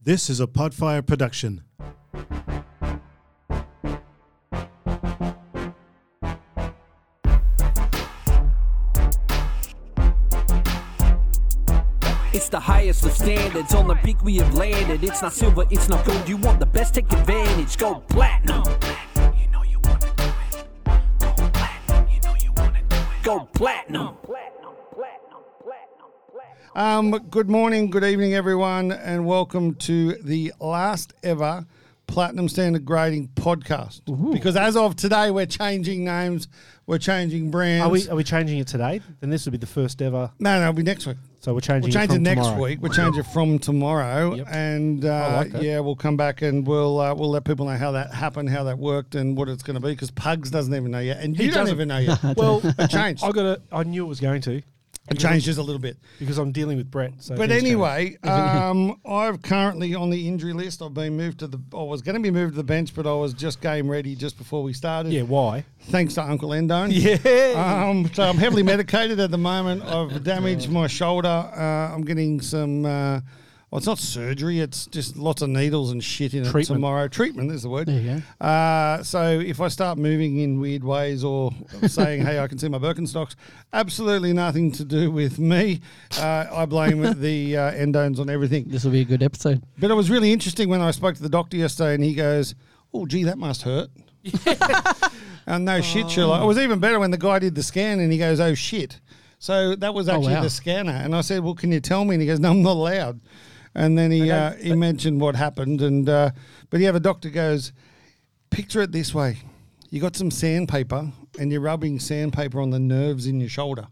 This is a Podfire production. It's the highest of standards. On the peak we have landed. It's not silver, it's not gold. You want the best, take advantage. Go platinum. Go platinum. Um, good morning, good evening, everyone, and welcome to the last ever Platinum Standard Grading podcast. Because as of today, we're changing names, we're changing brands. Are we are we changing it today? Then this would be the first ever. no, no, it'll be next week. So we're We'll changing. change it, from next tomorrow. week. We'll change it from tomorrow, Yep. and uh, like that. yeah, we'll come back and we'll uh, we'll let people know how that happened, how that worked, and what it's going to be. Because Pugs doesn't even know yet, and you don't doesn't. even know yet. Well, it changed. I got a. I knew it was going to It changed just a little bit. because I'm dealing with Brett. So But things change. anyway, um, I've currently on the injury list. I've been moved to the. I was going to be moved to the bench, but I was just game ready just before we started. yeah. Why? Thanks to Uncle Endone. Yeah. Um, so I'm heavily medicated at the moment. I've damaged my shoulder. Uh, I'm getting some. Uh, well, it's not surgery. It's just lots of needles and shit in Treatment. it tomorrow. Treatment is the word. There you go. Uh, so if I start moving in weird ways or saying, "Hey, I can see my Birkenstocks," absolutely nothing to do with me. Uh, I blame the uh, endones on everything. This will be a good episode. But it was really interesting when I spoke to the doctor yesterday, and he goes, "Oh, gee, that must hurt." and no shit, Sherlock. It was even better when the guy did the scan, and he goes, "Oh shit." So that was actually wow. the scanner, and I said, "Well, can you tell me?" And he goes, "No, I'm not allowed." And then he uh, he mentioned what happened, and uh, but yeah, the doctor goes, "Picture it this way: you got some sandpaper, and you're rubbing sandpaper on the nerves in your shoulder."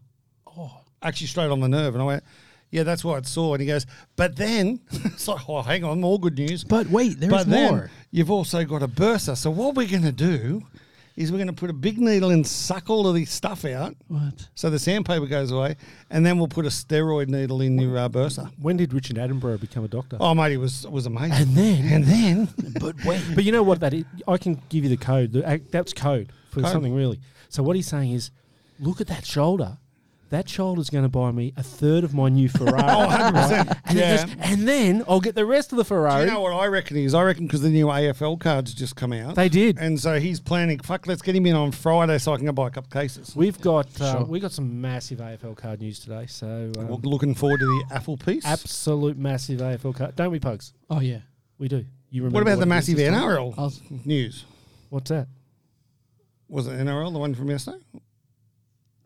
Oh. actually straight on the nerve. And I went, yeah, that's what I saw. And he goes, but then, it's like, oh, hang on, more good news. But wait, there's But then more. You've also got a bursa. So what we're going to do is we're going to put a big needle and suck all of this stuff out. What? So the sandpaper goes away. And then we'll put a steroid needle in your uh, bursa. When did Richard Attenborough become a doctor? Oh, mate, it was, it was amazing. And then- And then. But wait. But you know what? That is, I can give you the code. The, ac- that's code for Code. something really. So what he's saying is, look at that shoulder. That shoulder's going to buy me a third of my new Ferrari. Oh, 100%. And, yeah. then, and then I'll get the rest of the Do Ferrari. you know what I reckon is? I reckon because the new AFL cards just come out. They did. And so he's planning, fuck, let's get him in on Friday so I can go buy a couple cases. We've got uh, Sure. we got some massive AFL card news today. So um, We're looking forward to the apple piece. absolute massive AFL card, don't we, Pugs? Oh yeah. We do. You remember What about the it is massive this time? NRL I was- news? What's that? Was it NRL the one from yesterday?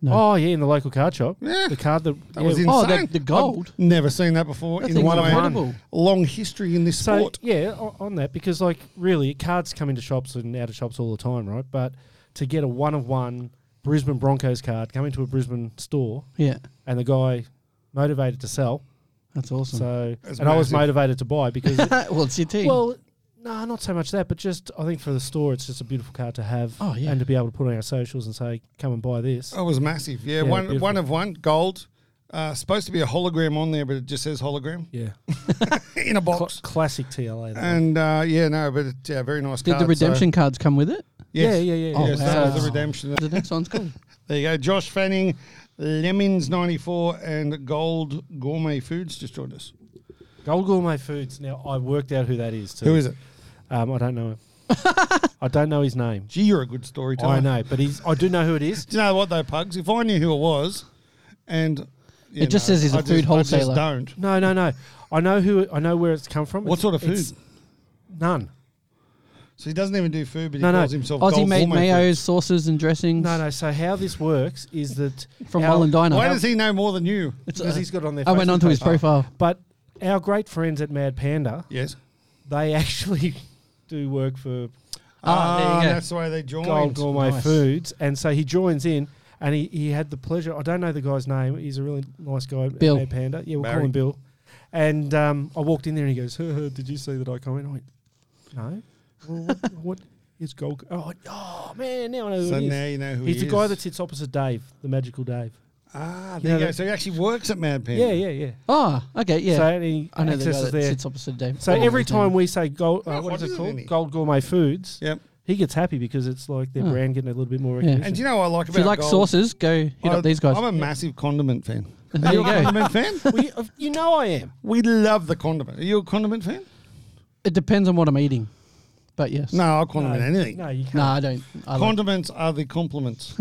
No. Oh yeah, in the local card shop. Yeah. The card that, That yeah, was insane. Oh, the- the gold? I've never seen that before That in thing's one of my incredible. long history in this So sport. yeah, o- on that because like really, cards come into shops and out of shops all the time, right? But to get a one of one Brisbane Broncos card, come into a Brisbane store Yeah. and the guy motivated to sell. That's awesome. So Hmm. That's and I was massive. motivated to buy because well, it's your team. Well, no, not so much that, but just I think for the store, it's just a beautiful card to have. Oh, yeah. and to be able to put on our socials and say, "Come and buy this." That was massive. Yeah, Yeah, one beautiful. one of one gold. Uh, supposed to be a hologram on there, but it just says hologram Yeah, in a Cl- box. classic TLA. that one. And uh, yeah, no, but it, yeah, very nice. Did card, the redemption cards come with it? So, yes. Yeah, yeah, yeah. Oh, yes, wow. that was Wow. the redemption. The next one's cool. There you go. Josh Fanning, Lemons ninety four, and Gold Gourmet Foods just joined us. Gold Gourmet Foods. Now I worked out who that is. Too. Who is it? Um, I don't know. him. I don't know his name. Gee, you're a good storyteller. I know, but he's. I do know who it is. Do you know what though, Pugs? If I knew who it was, and you It just says he's a a food wholesaler. I just don't. No, no, no. I know who. I know where it's come from. What It's- sort of food? it's None. So he doesn't even do food, but he No, no. calls himself Aussie Gold made Gourmet mayos, sauces, and dressings. No, no. So how this works is that From our- Holland Food. Diner. Why does he know more than you? It's, because uh, he's got on their. I went Facebook onto his page. profile. But our great friends at Mad Panda, Yes. they actually do work for Ah, there you Ah, go. that's why they joined. Gold Gourmet Nice. Foods. And so he joins in and he, he had the pleasure. I don't know the guy's name. He's a really nice guy. at Bill. Mad Panda. Yeah, we'll Barry. call him Bill. And um, I walked in there and he goes, "Huh, huh, Did you see that I comment? I went, No. Well, what, what is Gold? Go-" Oh, oh, man, now I know who So it is. now you know who He's he the guy is. that sits opposite Dave, the magical Dave. Ah, there You you, know go. that- So he actually works at Mad Panda. Yeah, yeah, yeah. Oh, okay, yeah. So he I know the guy accesses that there. sits opposite Dave. So Oh, every okay. time we say gold, Yeah, uh, what what is is it it called? in it? Gold Gourmet Foods. Yep. He gets happy because it's like their Huh. brand getting a little bit more Yeah. recognition. And do you know what I like If about you like Gold? sauces, go hit I- up these guys. I'm a massive condiment fan. and there you You're a go. condiment fan? Well, you, you know I am. We love the condiment. Are you a condiment fan? It depends on what I'm eating, but yes. No, I'll compliment anything. No, you can't. no, I don't. I like, Condiments are the compliments.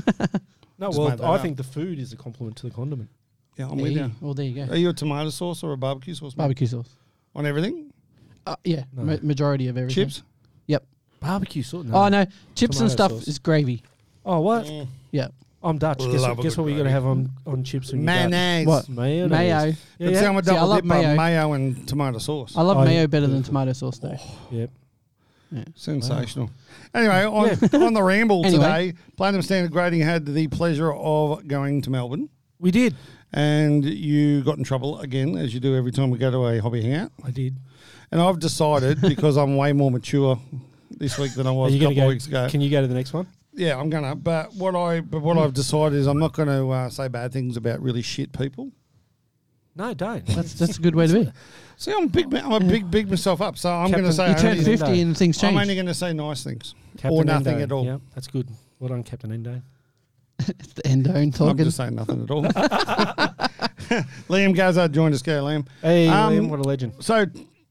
no, Just made well, that I up. think the food is a compliment to the condiment. yeah, I'm yeah, with you- you. E. Well, there you Are go. you a tomato sauce or a barbecue sauce? mate? Barbecue sauce. On everything? Uh, yeah, ma- majority of everything. Chips? Yep. Barbecue sauce. Oh no, chips and Tomato stuff sauce. is gravy. Oh what? Yeah. I'm Dutch. Guess, Mm. Love a guess good what we're gonna gravy. have on, on chips when you're Dutch? Mayonnaise. What? Mayonnaise. Mayo. Yeah, It's yeah. how I See, I double love dip on mayo. mayo and tomato sauce. I Oh. love Oh, mayo better than tomato sauce though. Yep. Sensational. Anyway, on, on the ramble Anyway. today, Platinum Standard Grading had the pleasure of going to Melbourne, We did. and you got in trouble again, as you do every time we go to a hobby hangout. I did. And I've decided because I'm way more mature this week than I Are was a you couple gonna go? of weeks ago. Can you go to the next one? yeah, I'm gonna. But what I but what I've decided is I'm not going to uh, say bad things about really shit people. No, don't. That's that's a good way to be. See, I'm big. ma- I'm a big big myself up. So I'm going Captain- to say You I turn only, didn't know. fifty and things I'm change. only going to say nice things Captain or nothing Endo. at all. Yeah, that's good. Well done, Captain Endo. It's the end zone I'm talking. just saying nothing at all. Liam Gazard joined us. Go, Liam. Hey, Um, Liam, what a legend. So,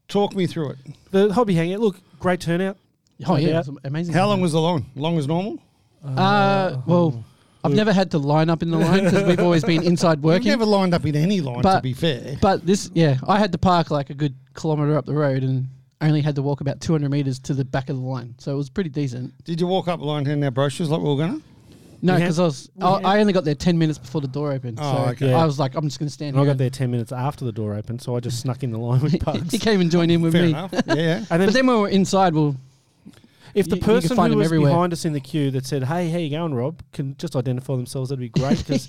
talk me through it. The hobby hangout. Look, great turnout. oh yeah, Yeah. it's amazing. How long was the line? Long as normal. Uh, well, I've never had to line up in the line because we've always been inside We've working. never lined up in any line, to But- be fair. But this, yeah, I had to park like a good kilometre up the road and only had to walk about 200 metres to the back of the line. So it was pretty decent. Did you walk up the line handing out brochures like we were gonna? No, We had- because I was, we I, had- I only got there 10 minutes before the door opened. Oh, so okay. I was like, I'm just going to stand And I here. got there 10 minutes after the door opened, so I just snuck in the line with and- he pugs. came and joined in with Fair me. enough. Yeah, yeah. And then, But then when we were inside, well, if you- the you can person who find them was everywhere. behind us in the queue that said, hey, how you going, Rob, can just identify themselves, that'd be great because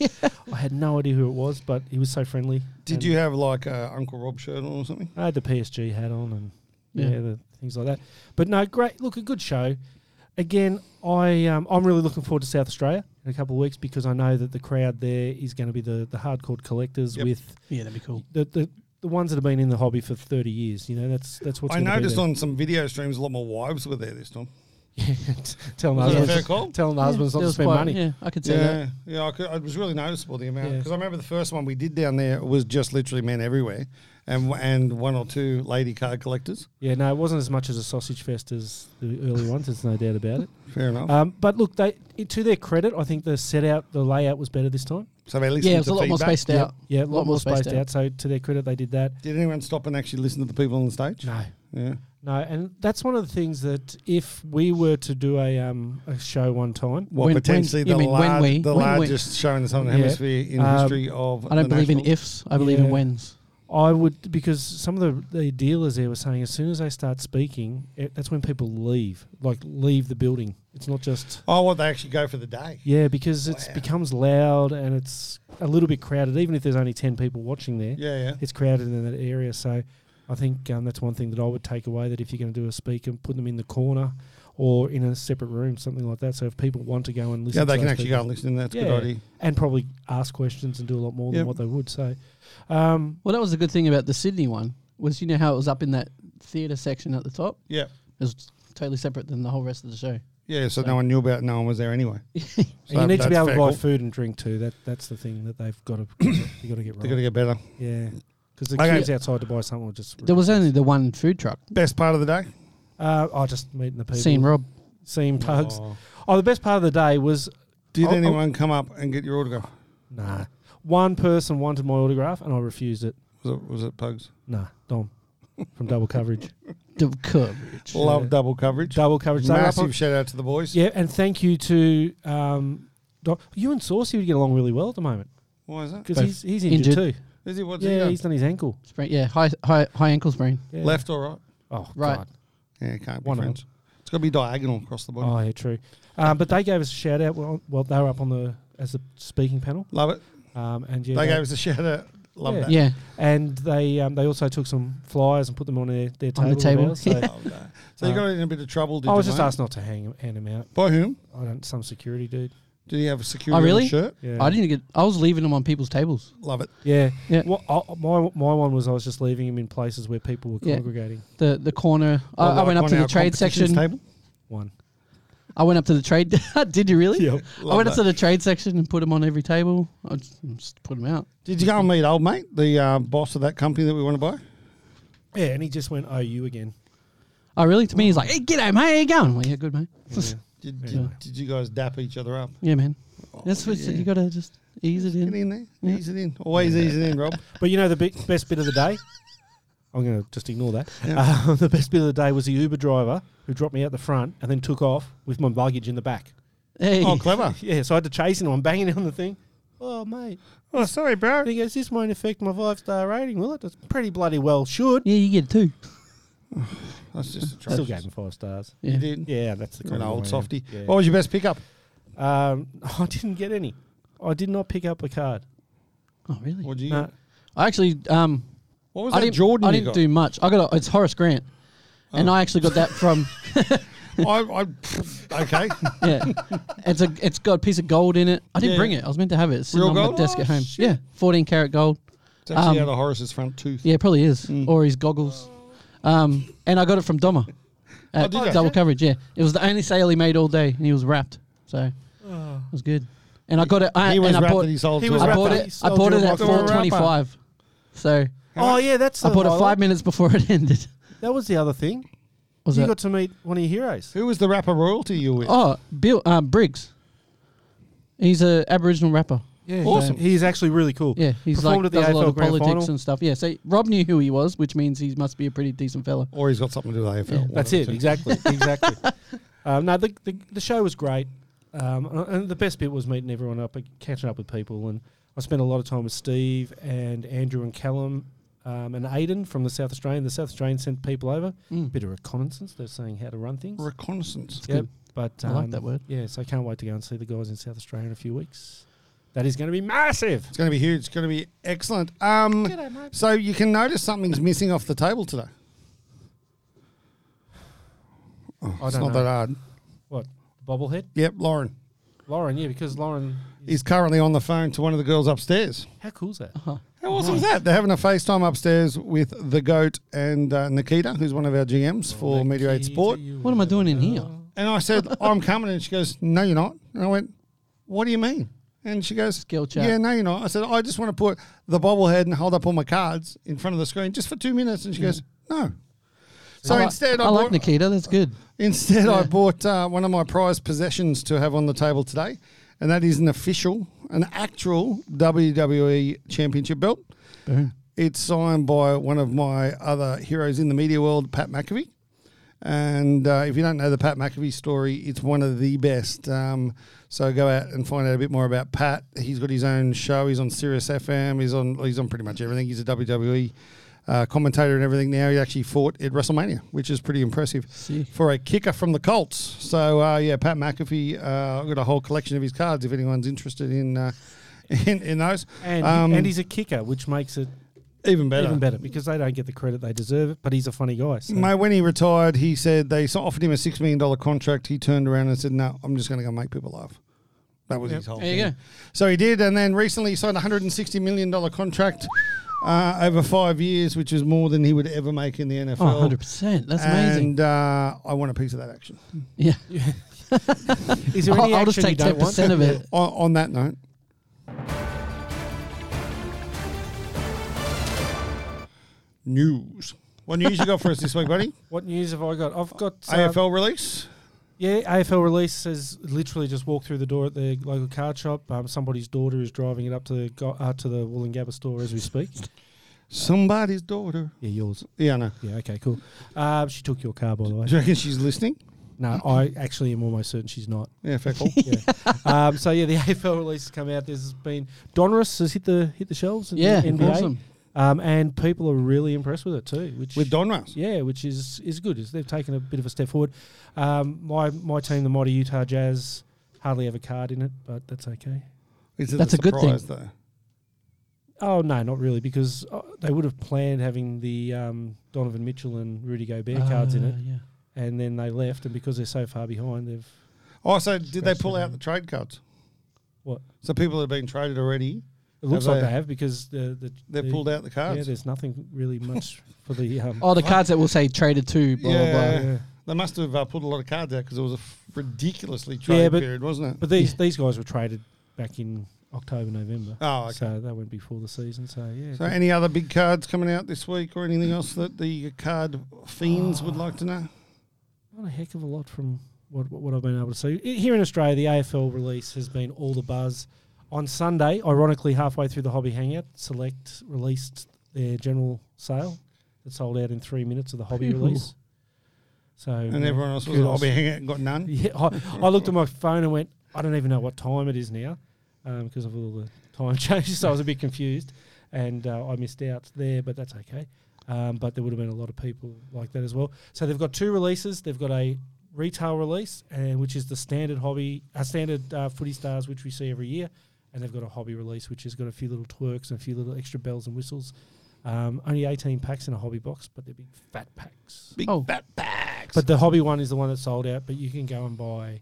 I had no idea who it was, but he was so friendly. Did And you have like a Uncle Rob shirt on or something? I had the PSG hat on and yeah, Yeah. the things like that. But no, great. Look, a good show. Again, I um, I'm really looking forward to South Australia in a couple of weeks because I know that the crowd there is going to be the the hardcore collectors Yep. with yeah, that'd be cool. the, the the ones that have been in the hobby for 30 years. You know, that's that's what's. I gonna be noticed there. on some video streams a lot more wives were there this time. tell them Was Yeah. that a fair husbands, call? tell them the husbands There not to was spend quite- money. Yeah, I could say that. Yeah, yeah. I could, it was really noticeable the amount Yeah. because I remember the first one we did down there was just literally men everywhere, and and one or two lady card collectors. Yeah, no, it wasn't as much as a sausage fest as the early ones. There's no doubt about it. Fair enough. Um, but look, they it, to their credit, I think the set out, the layout was better this time. so they listened Yeah, it was to a lot feedback. more spaced Yeah, out. Yeah, a lot, more spaced, out. So to their credit, they did that. Did anyone stop and actually listen to the people on the stage? No, Yeah. no, and that's one of the things that if we were to do a um a show one time, Well, When- when- potentially you the, mean when lar- we- the when we- Uh, largest show in the Southern Yeah. Hemisphere in Um, history of. I don't the believe in national- ifs. I believe Yeah. in whens. I would because some of the, the dealers there were saying as soon as they start speaking, it, that's when people leave, like leave the building. It's not just Oh, what they actually go for the day. yeah, because it becomes loud and it's a little bit crowded, even if there's only ten people watching there. Yeah, yeah. it's crowded in that area. So I think um, that's one thing that I would take away that if you're going to do a speaker, put them in the corner or in a separate room, something like that. So if people want to go and listen, Yeah, they to can those actually people, go and listen. That's a Yeah. good idea. and probably ask questions and do a lot more Yep. than what they would. So, um, Well, that was a good thing about the Sydney one was you know how it was up in that theatre section at the top? Yeah. It was totally separate than the whole rest of the show. Yeah, so no one knew about it, no one was there anyway. and you need to be able to buy buy food and drink too. That that's the thing that they've got to you got to They've get got to right. get better. Yeah, because the Okay. queues outside to buy something were just There was only the one food truck. Best part of the day? uh, I just meeting the people, Seen Rob. seeing pugs. Oh, the best part of the day was Did Oh, oh. anyone come up and get your autograph? Nah. One person wanted my autograph and I refused it. Was it, was it Pugs? Nah, Dom from Double Coverage. The coverage. Love double coverage. Double Coverage. they were up on- Massive shout out to the boys. yeah, and thank you to um, Dom. you and Saucy would get along really well at the moment Why is that? because Both he's he's injured, injured. too. Is he, what's he Yeah, done? he's done his ankle. Sprain, yeah, high, high, high ankle sprain. Yeah. Left or right? Oh, Right. God. Yeah, can't be One of them. friends. It's got to be diagonal across the body. Oh, yeah, true. Um, but they gave us a shout out while, while they were up on the as the speaking panel. Love it. Um, and yeah, They they- gave us a shout out. Love Yeah. that. Yeah. and they um, they also took some flyers and put them on their, their On table. the table, there, so Love that. So you got in a bit of trouble, Oh, did Uh, I you, was just mate? asked not to hang hand him out. By whom? I don't some security dude. Did he have a security on really? his shirt? Yeah. I didn't get. I was leaving them on people's tables. Love it. Yeah. Yeah. Well, I, my my one was I was just leaving him in places where people were Yeah. congregating. The the corner. I, I Like went up on to the our trade Oh, competitions section. Table? One. I went up to the trade. Did you really? Yep. I went up that. to the trade section and put them on every table. I just, just put them out. Did you go and meet old mate, the uh, boss of that company that we want to buy? Yeah, and he just went OU again. Oh, really? To me, he's like, hey, g'day, mate. How you going? I'm like, yeah, good, mate. Yeah, Did, did, did you guys dap each other up? man. That's what you got to just ease it Oh, Get in. in there. Ease it in. Always ease it in, Rob. But you know the big, best bit of the day? I'm going to just ignore that. Um, the best bit of the day was the Uber driver who dropped me out the front and then took off with my luggage in the back. Hey. Oh, clever. Yeah, so I had to chase him. I'm banging on the thing. Oh, mate. Oh, sorry, bro. And he goes, this won't affect my five star rating, will it? That's pretty bloody well should. yeah, you get two. That's just atrocious. Still gave him five stars. Yeah. You did. Yeah, that's the You're kind an of old way I am. softy. Yeah. What was your best pickup? Um, I didn't get any. I did not pick up a card. Oh, really? What did you? No. I actually, um, What was I that didn't, Jordan I you didn't got? Oh. do much. I got a, it's Horace Grant. And I actually got that from I, I, okay. yeah, it's a it's got a piece of gold in it. I didn't Yeah. bring it. I was meant to have it It's sitting Real on gold? my desk Oh, at home. shit. Yeah, fourteen karat gold. It's actually Um, out of Horace's front tooth. Yeah, it probably is. Mm. Or his goggles. Um, and I got it from Doma. Oh, At did you? double coverage, yeah. It was the only sale he made all day, and he was wrapped, so it was good. And I got it. I, He was and I wrapped bought, that he sold Oh. He to was a I wrapped bought that it. he I sold bought you it a at wrapper. four twenty-five. So Oh, yeah, that's the I bought it highlight. five minutes before it ended. That was the other thing. Was you it? got to meet one of your heroes. Who was the rapper royalty you were with? Oh, Bill uh, Briggs. He's a Aboriginal rapper. Yeah, Awesome. He's actually really cool. Yeah, he's Performed like at the does a AFL lot of Grand politics Final. and stuff. Yeah, so Rob knew who he was, which means he must be a pretty decent fella. Or he's got something to do with AFL. That's One it, of the two. exactly, exactly. Um, no, the, the the show was great, um, and- and the best bit was meeting everyone up, and catching up with people, and I spent a lot of time with Steve and Andrew and Callum um, and Aiden from the South Australian. The South Australian sent people over, bit of reconnaissance. They're saying how to run things. Reconnaissance. Yep, good. but um, I like that word. Yeah, so I can't wait to go and see the guys in South Australia in a few weeks. That is going to be massive. It's going to be huge. It's going to be excellent. Um, so you can notice something's missing off the table today. I It's don't not know that hard. what bobblehead, Yep, Lauren. Lauren. Yeah, because Lauren. Is, He's currently on the phone to one of the girls upstairs. how cool's that? Uh-huh. How awesome is that? They're having a FaceTime upstairs with the goat and uh, Nikita, who's one of our GMs for Mediate Sport. What am I doing in here? And I said, I'm coming. And she goes, No, you're not. And I went, What do you mean? And she goes, Skill chat. Yeah, no, you're not. I said, I just want to put the bobblehead and hold up all my cards in front of the screen just for two minutes. And she goes, No. So I like- instead, I, I, like bought, Nikita. That's good. instead I bought uh, one of my prized possessions to have on the table today, and that is an official, an actual WWE Championship belt. It's signed by one of my other heroes in the media world, Pat McAfee. And uh, if you don't know the Pat McAfee story, it's one of the best. Um, so go out and find out a bit more about Pat. He's got his own show. He's on Sirius FM. He's on. He's on pretty much everything. He's a WWE uh, commentator and everything. Now he actually fought at WrestleMania, which is pretty impressive See. for a kicker from the Colts. So uh, yeah, Pat McAfee. Uh, I've got a whole collection of his cards. If anyone's interested in uh, in, in those, And, Um, and he's a kicker, which makes it even better. even better because they don't get the credit they deserve. But he's a funny guy. So. Mate, when he retired, he said they so- offered him a six million dollar contract. He turned around and said, "No, I'm just going to go make people laugh." That was his whole. There you thing. go. So he did, and then recently he signed a hundred and sixty million dollar contract uh, over five years, which is more than he would ever make in the NFL. Oh, 100%. That's amazing. And uh, I want a piece of that action. Yeah. is there any I'll, I'll just action you don't take 10% want? of it. On, on that note, news. What news you got for us this week, buddy? What news have I got? I've got uh, AFL release. Yeah, AFL release has literally just walked through the door at the local card shop. Um, somebody's daughter is driving it up to the go- uh, to the Wollongabba store as we speak. Somebody's daughter. yeah, yours. Yeah, I know. Yeah, okay, cool. Um, she took your car, by the way. Do you reckon she's listening? No, I actually am almost certain she's not. Yeah, fair call. Yeah. um, so yeah, the AFL release has come out. There's been Donruss has hit the hit the shelves. In Yeah, the NBA. awesome. Um, and people are really impressed with it too. Which With Donruss. Yeah, which is is good. Is they've taken a bit of a step forward. Um, my my team, the mighty Utah Jazz, hardly have a card in it, but that's okay. Is it That's a good surprise, Though? Oh no, not really, because uh, they would have planned having the um, Donovan Mitchell and Rudy Gobert cards in it, Uh, yeah. and then they left, and because they're so far behind, they've Oh, so did they pull out the trade cards? What? So people that have been traded already, it looks Have like they- they have because the the they the- pulled out the Yeah, cards. there's nothing really much for the um, Oh, the cards that will say traded to, blah, blah, Yeah. blah. They must have uh, pulled a lot of cards out because it was a f- ridiculously trade but- period, wasn't it? But these these guys were traded back in October, November. Oh, okay. So they went before the season. So yeah. So, any other big cards coming out this week, or anything else that the card fiends would like to know? not a heck of a lot from what, what, what I've been able to see. I- Here in Australia, the AFL release has been all the buzz. On Sunday, ironically, halfway through the hobby hangout, Select released their general sale that sold out in three minutes of the hobby Phew. release. So And yeah, everyone else was Oh. kudos. hobby hanging out and got none. Yeah, I, I looked at my phone and went, I don't even know what time it is now because of all the time changes. So I was a bit confused and uh, I missed out there, but that's okay. Um, but there would have been a lot of people like that as well. So they've got two releases. They've got a retail release, and which is the standard hobby, uh, standard uh, footy stars, which we see every year. And they've got a hobby release, which has got a few little twerks and a few little extra bells and whistles. Um, only 18 packs in a hobby box, but they're big fat packs. Big Oh. fat bags. But the hobby one is the one that sold out, but you can go and buy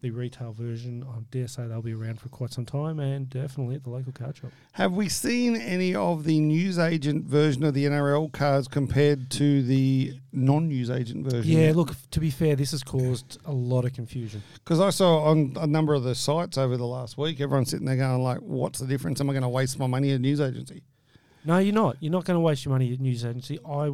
the retail version. I dare say they'll be around for quite some time and definitely at the local card shop. Have we seen any of the newsagent version of the NRL cards compared to the non-newsagent version? Yeah, look, to be fair, this has caused a lot of confusion. Because I saw on a number of the sites over the last week, everyone's sitting there going like, "What's the difference? Am I going to waste my money at a news agency? No, you're not. You're not going to waste your money at news agency. I,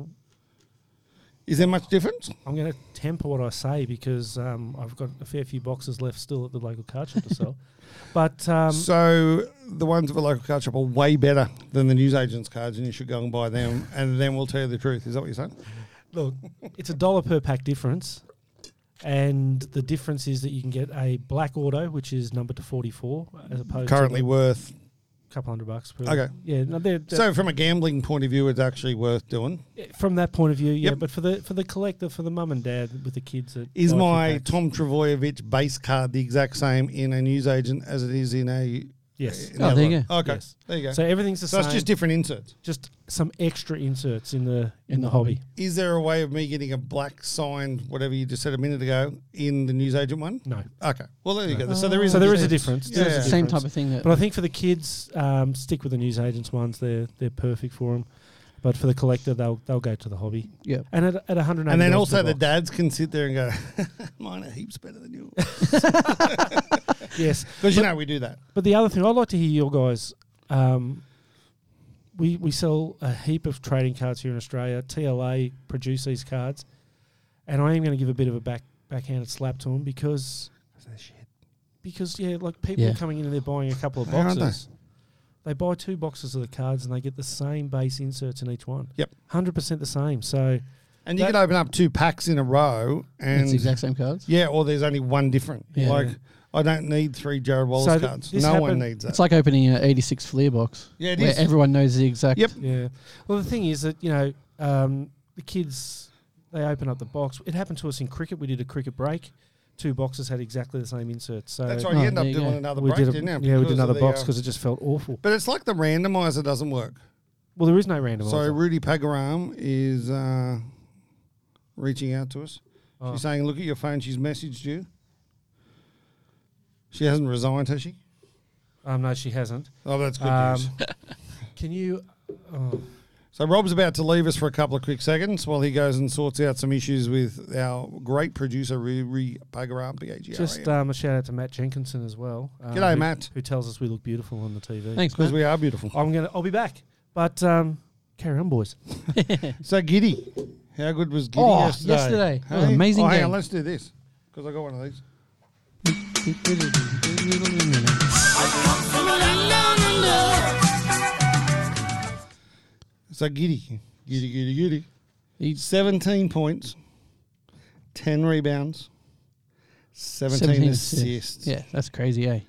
Is there much difference?" I'm going to temper what I say because um, I've got a fair few boxes left still at the local card shop to sell. But um, so the ones at the local card shop are way better than the newsagents' cards, and you should go and buy them. and then we'll tell you the truth. Is that what you're saying? Look, it's a dollar per pack difference, and the difference is that you can get a black auto, which is numbered to forty-four, as opposed Currently to worth. a couple hundred bucks per. Okay. yeah, no, they're, they're- So from a gambling point of view, it's actually worth doing. from that point of view, yeah. Yep. But for the for the collector, for the mum and dad with the kids, that Is buy a few my packs- Tom Travojevic base card the exact same in a newsagent as it is in a? yes, in Oh, the there other you one? Okay, Yes. there you go. So So, everything's the same. it's just different inserts. just some extra inserts in the in, In the the hobby. Is there a way of me getting a black signed whatever you just said a minute ago in the newsagent one? No, Okay. Well, there you go. So there is. so a there is a difference. difference. Yeah. There is a Same difference. type of thing that But I think for the kids, um, stick with the newsagents ones. They're they're perfect for them. But for the collector, they'll they'll go to the hobby. yeah. And at, at 180 And then also the dads can sit there and go, "Mine are heaps better than yours," yes. because you know we do that. But the other thing I'd like to hear your guys. Um, we we sell a heap of trading cards here in Australia. TLA produce these cards, and I am going to give a bit of a back backhanded slap to them because because yeah, like people Yeah. are coming in and they're buying a couple of They are, aren't they? boxes. They buy two boxes of the cards and they get the same base inserts in each one. Yep. hundred percent the same. So And you That- could open up two packs in a row, and It's the exact same cards. yeah, or there's only one different. Yeah. Like I don't need three Jared Wallace So th- cards. this No one happened- needs that. It's like opening an 86 Fleer box. Yeah, it where is. everyone knows the exact. Yep. Yeah. Well, the thing is that you know um, the kids they open up the box. It happened to us in cricket. We did a cricket break. Two boxes had exactly the same insert. So That's right. Oh, you end up there you doing go. another we break, did. A, didn't you? yeah, we because of did another the, box uh, because it just felt awful. but it's like the randomizer doesn't work. Well, there is no randomizer. So Rudy Pagaram is uh, reaching out to us. Oh. She's saying, "Look at your phone." She's messaged you. She hasn't resigned, has she? um, no, she hasn't. Oh, that's good Um, news. Can you? Oh, So Rob's about to leave us for a couple of quick seconds while he goes and sorts out some issues with our great producer Riri Pagaram, P-A-G-R-A-M. just um, a shout out to Matt Jenkinson as well. Um, G'day, who- Matt. Who tells us we look beautiful on the TV? Thanks, because man. we are beautiful. I'm gonna. I'll be back. But um, carry on, boys. So Giddy, how good was Giddy Oh, yesterday? yesterday. What an Hey? amazing oh, Hang on, game. let's do this because I got one of these. So Giddy, Giddy, Giddy, Giddy. He's 17 points, 10 rebounds, 17, 17 assists. Yeah, that's crazy, eh?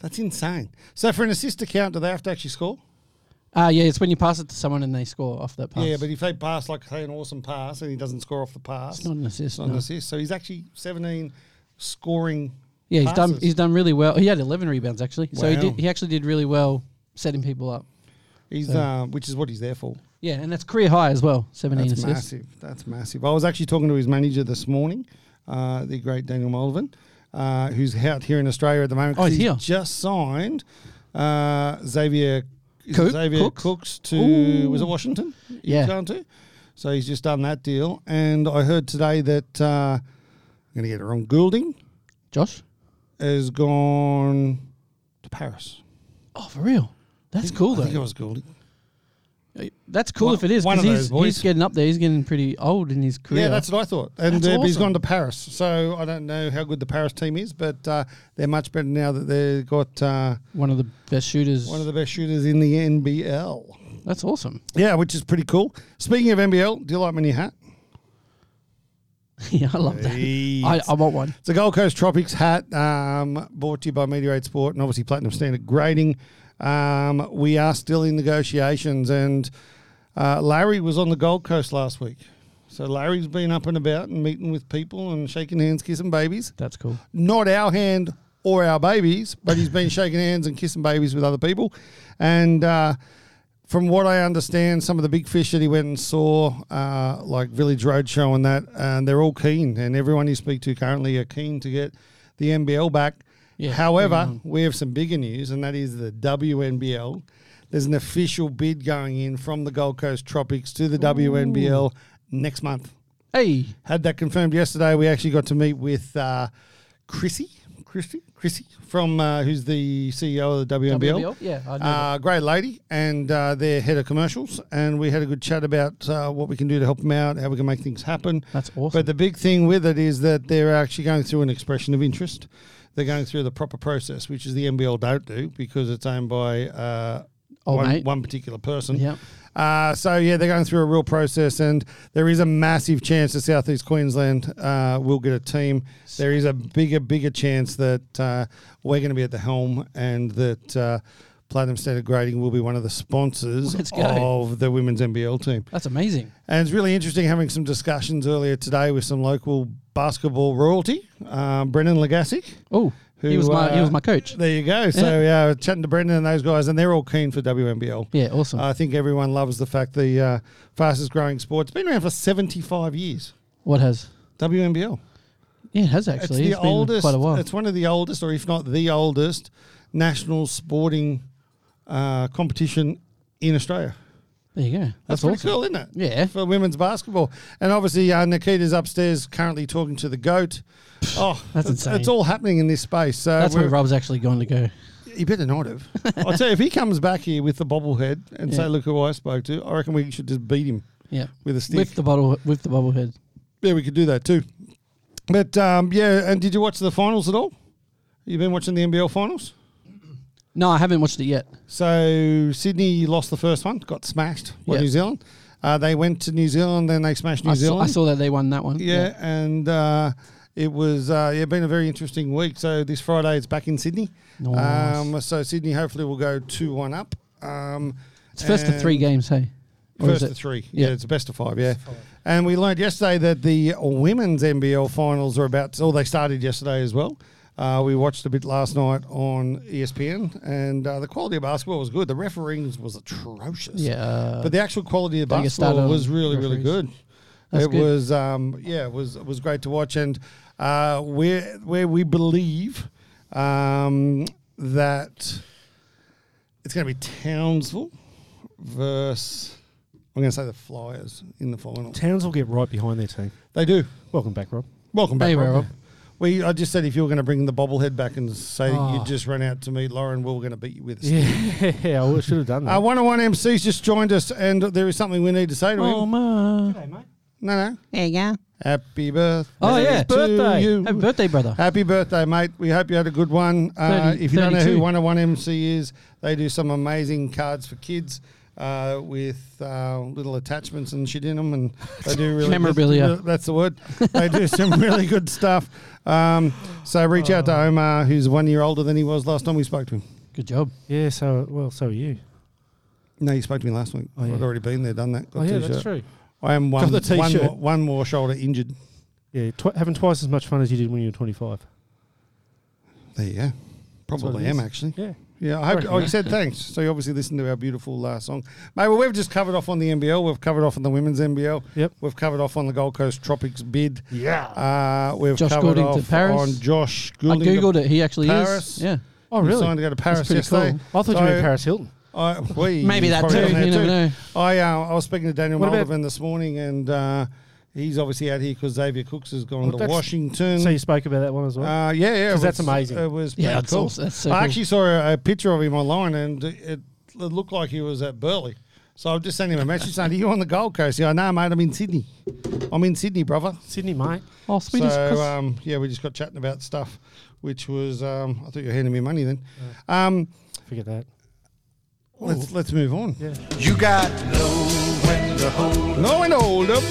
That's insane. So for an assist to count, do they have to actually score? Ah, yeah, it's when you pass it to someone and they score off that pass. Yeah, but if they pass, like say an awesome pass, and he doesn't score off the pass, it's not an assist. it's not no. an assist. So he's actually 17 scoring. Yeah, he's done. passes. He's done really well. He had 11 rebounds actually, so he Wow. did. He actually did really well setting people up. He's So- uh, which is what he's there for. Yeah, and that's career high as well. 17 That's assists. massive. That's massive. I was actually talking to his manager this morning, uh, the great Daniel Mullivan, uh, who's out here in Australia at the moment. Oh, 'cause he's here. Just signed uh, Xavier is it Cook- Xavier Cooks? to was it Washington? He's Yeah. gone to. So he's just done that deal, and I heard today that uh, I'm going to get it wrong. Goulding Josh. has gone to Paris. Oh, for real? That's cool I think it though. was Goulding. That's cool One- if it is one because of those he's, he's boys. getting up there. He's getting pretty old in his career. Yeah, that's what I thought. And That's uh, but he's awesome. gone to Paris, so I don't know how good the Paris team is, but uh, they're much better now that they've got uh, one of the best shooters. one of the best shooters in the NBL. that's awesome. Yeah, which is pretty cool. Speaking of NBL, do you like my new hat? yeah, I love that. I, I want one. It's a Gold Coast Tropics hat um, brought to you by Meteorate Sport and obviously Platinum Standard Grading. Um, we are still in negotiations, and uh, Larry was on the Gold Coast last week. So Larry's been up and about and meeting with people and shaking hands, kissing babies. That's cool. Not our hand or our babies, but he's been shaking hands and kissing babies with other people. And uh, from what I understand, some of the big fish that he went and saw, uh, like Village Roadshow and that, and they're all keen, and everyone you speak to currently are keen to get the NBL back. Yeah, However, we have some bigger news, and that is the WNBL. There's an official bid going in from the Gold Coast Tropics to the WNBL next month. Hey, Had that confirmed yesterday. We actually got to meet with uh, Chrissy, Chrissy, Chrissy from uh, who's the CEO of the WNBL. WNBL? Yeah, I know uh, great lady, and uh, their head of commercials. And we had a good chat about uh, what we can do to help them out, how we can make things happen. That's awesome. But the big thing with it is that they're actually going through an expression of interest. They're going through the proper process, which is the NBL don't do because it's owned by uh, Old one, Oh, mate. one particular person. Yep. Uh, so yeah, they're going through a real process, and there is a massive chance that Southeast Queensland uh, will get a team. There is a bigger, bigger chance that uh, we're going to be at the helm, and that uh, Platinum Standard Grading will be one of the sponsors Let's go. of the women's NBL team. that's amazing. And it's really interesting having some discussions earlier today with some local basketball royalty, um, Brendan Legassic. Oh, he was my he uh, was my coach. There you go. So yeah, chatting to Brendan and those guys, and they're all keen for WNBL. Yeah, awesome. I think everyone loves the fact the uh, fastest growing sport's been around for 75 years. what has? WNBL. Yeah, it has It's actually. the It's been oldest. Quite a while. It's one of the oldest, or if not the oldest, national sporting uh, competition in Australia. there you go. That's, That's, pretty awesome. cool, isn't it? Yeah. For women's basketball. And obviously, uh, Nikita's upstairs currently talking to the GOAT. Oh, That's it's, insane. It's all happening in this space. So That's where Uh, we're- Rob's actually going to go. He better not have. I'll tell you, if he comes back here with the bobblehead and say, look who I spoke to, I reckon we should just beat him Yeah, with a stick. with the bottle with the bobblehead. Yeah, we could do that too. But um, yeah, and did you watch the finals at all? You've been watching the NBL finals. No, I haven't watched it yet. So Sydney lost the first one, got smashed by Yeah. New Zealand. Uh, they went to New Zealand, then they smashed New I saw, Zealand. I saw that they won that one. yeah, and uh, it was uh, yeah been a very interesting week. So this Friday it's back in Sydney. Nice. Um, so Sydney hopefully will go two one up. Um, it's first to three and- games. Hey, Or is First to it- three. Yeah. Yeah. it's a best of five. Yeah. And we learned yesterday that the women's NBL finals are about, or they started yesterday as well. Uh, we watched a bit last night on E ESPN, and uh, the quality of basketball was good. The refereeing was atrocious. Yeah, uh, But the actual quality of don't get started basketball on was really, really referees. good. That's it good. was, um, yeah, it was it was great to watch, and uh, where where we believe um, that it's going to be Townsville versus I'm going to say the Flyers in the final. Towns will get right behind their team. They do. Welcome back, Rob. Welcome back, Hey, Rob. Rob. We, I just said if you were going to bring the bobblehead back and say Oh. you just ran out to meet Lauren, we were going to beat you with. a stick. Yeah, I should have done that. Uh, 101 MC's just joined us, and there is something we need to say to Oh, him. man. Hey, mate. No, no. There you go. Happy birthday. Oh yeah, to you. Happy birthday, brother. Happy birthday, mate. We hope you had a good one. Uh, 30 if you don't know who 32. 101 MC is, they do some amazing cards for kids uh, with uh, little attachments and shit in them. And they do really good- Memorabilia. that's the word. They do some really good stuff. Um, so reach out to Omar, who's one year older than he was last time we spoke to him. Good job. Yeah, so, well, so are you. No, you spoke to me last week. Oh, I'd yeah. already been there, done that. Got oh, a yeah, t-shirt. that's true. I am one, Got the one, t-shirt. more, one more shoulder injured. Yeah, tw- having twice as much fun as you did when you were 25. There you go. That's what it Probably am is. actually. Yeah. Yeah, I hope. reckon Oh, you said thanks. So you obviously listened to our beautiful uh, song, mate. Well, we've just covered off on the NBL. We've covered off on the women's NBL. Yep. We've covered off on the Gold Coast Tropics bid. Yeah. Uh, we've Josh covered Goulding to off Paris. on Josh I Goulding. googled it. He actually Paris. is. Yeah. oh, He really? Signed to go to Paris pretty cool. yesterday. I thought you meant So, Paris Hilton. I, we Maybe that probably too, done you that never know. I uh, I was speaking to Daniel What about- Moldovan this morning, and uh, he's obviously out here because Xavier Cooks has gone Well, to that's- Washington. So you spoke about that one as well? Uh, yeah, yeah, it 'Cause that's was- amazing. It was Yeah, pretty it's cool. awesome. That's so I cool. actually saw a, a picture of him online, and it, it looked like he was at Burley. So I've just sent him a message saying, Are you on the Gold Coast? Yeah, no, mate, I'm in Sydney. I'm in Sydney, brother. Sydney, mate. Oh, Swedish. So Chris- um, yeah, we just got chatting about stuff, which was um, I thought you were handing me money then. Um, Forget that. let's let's move on. Yeah. You got no when to hold, No and old 'em,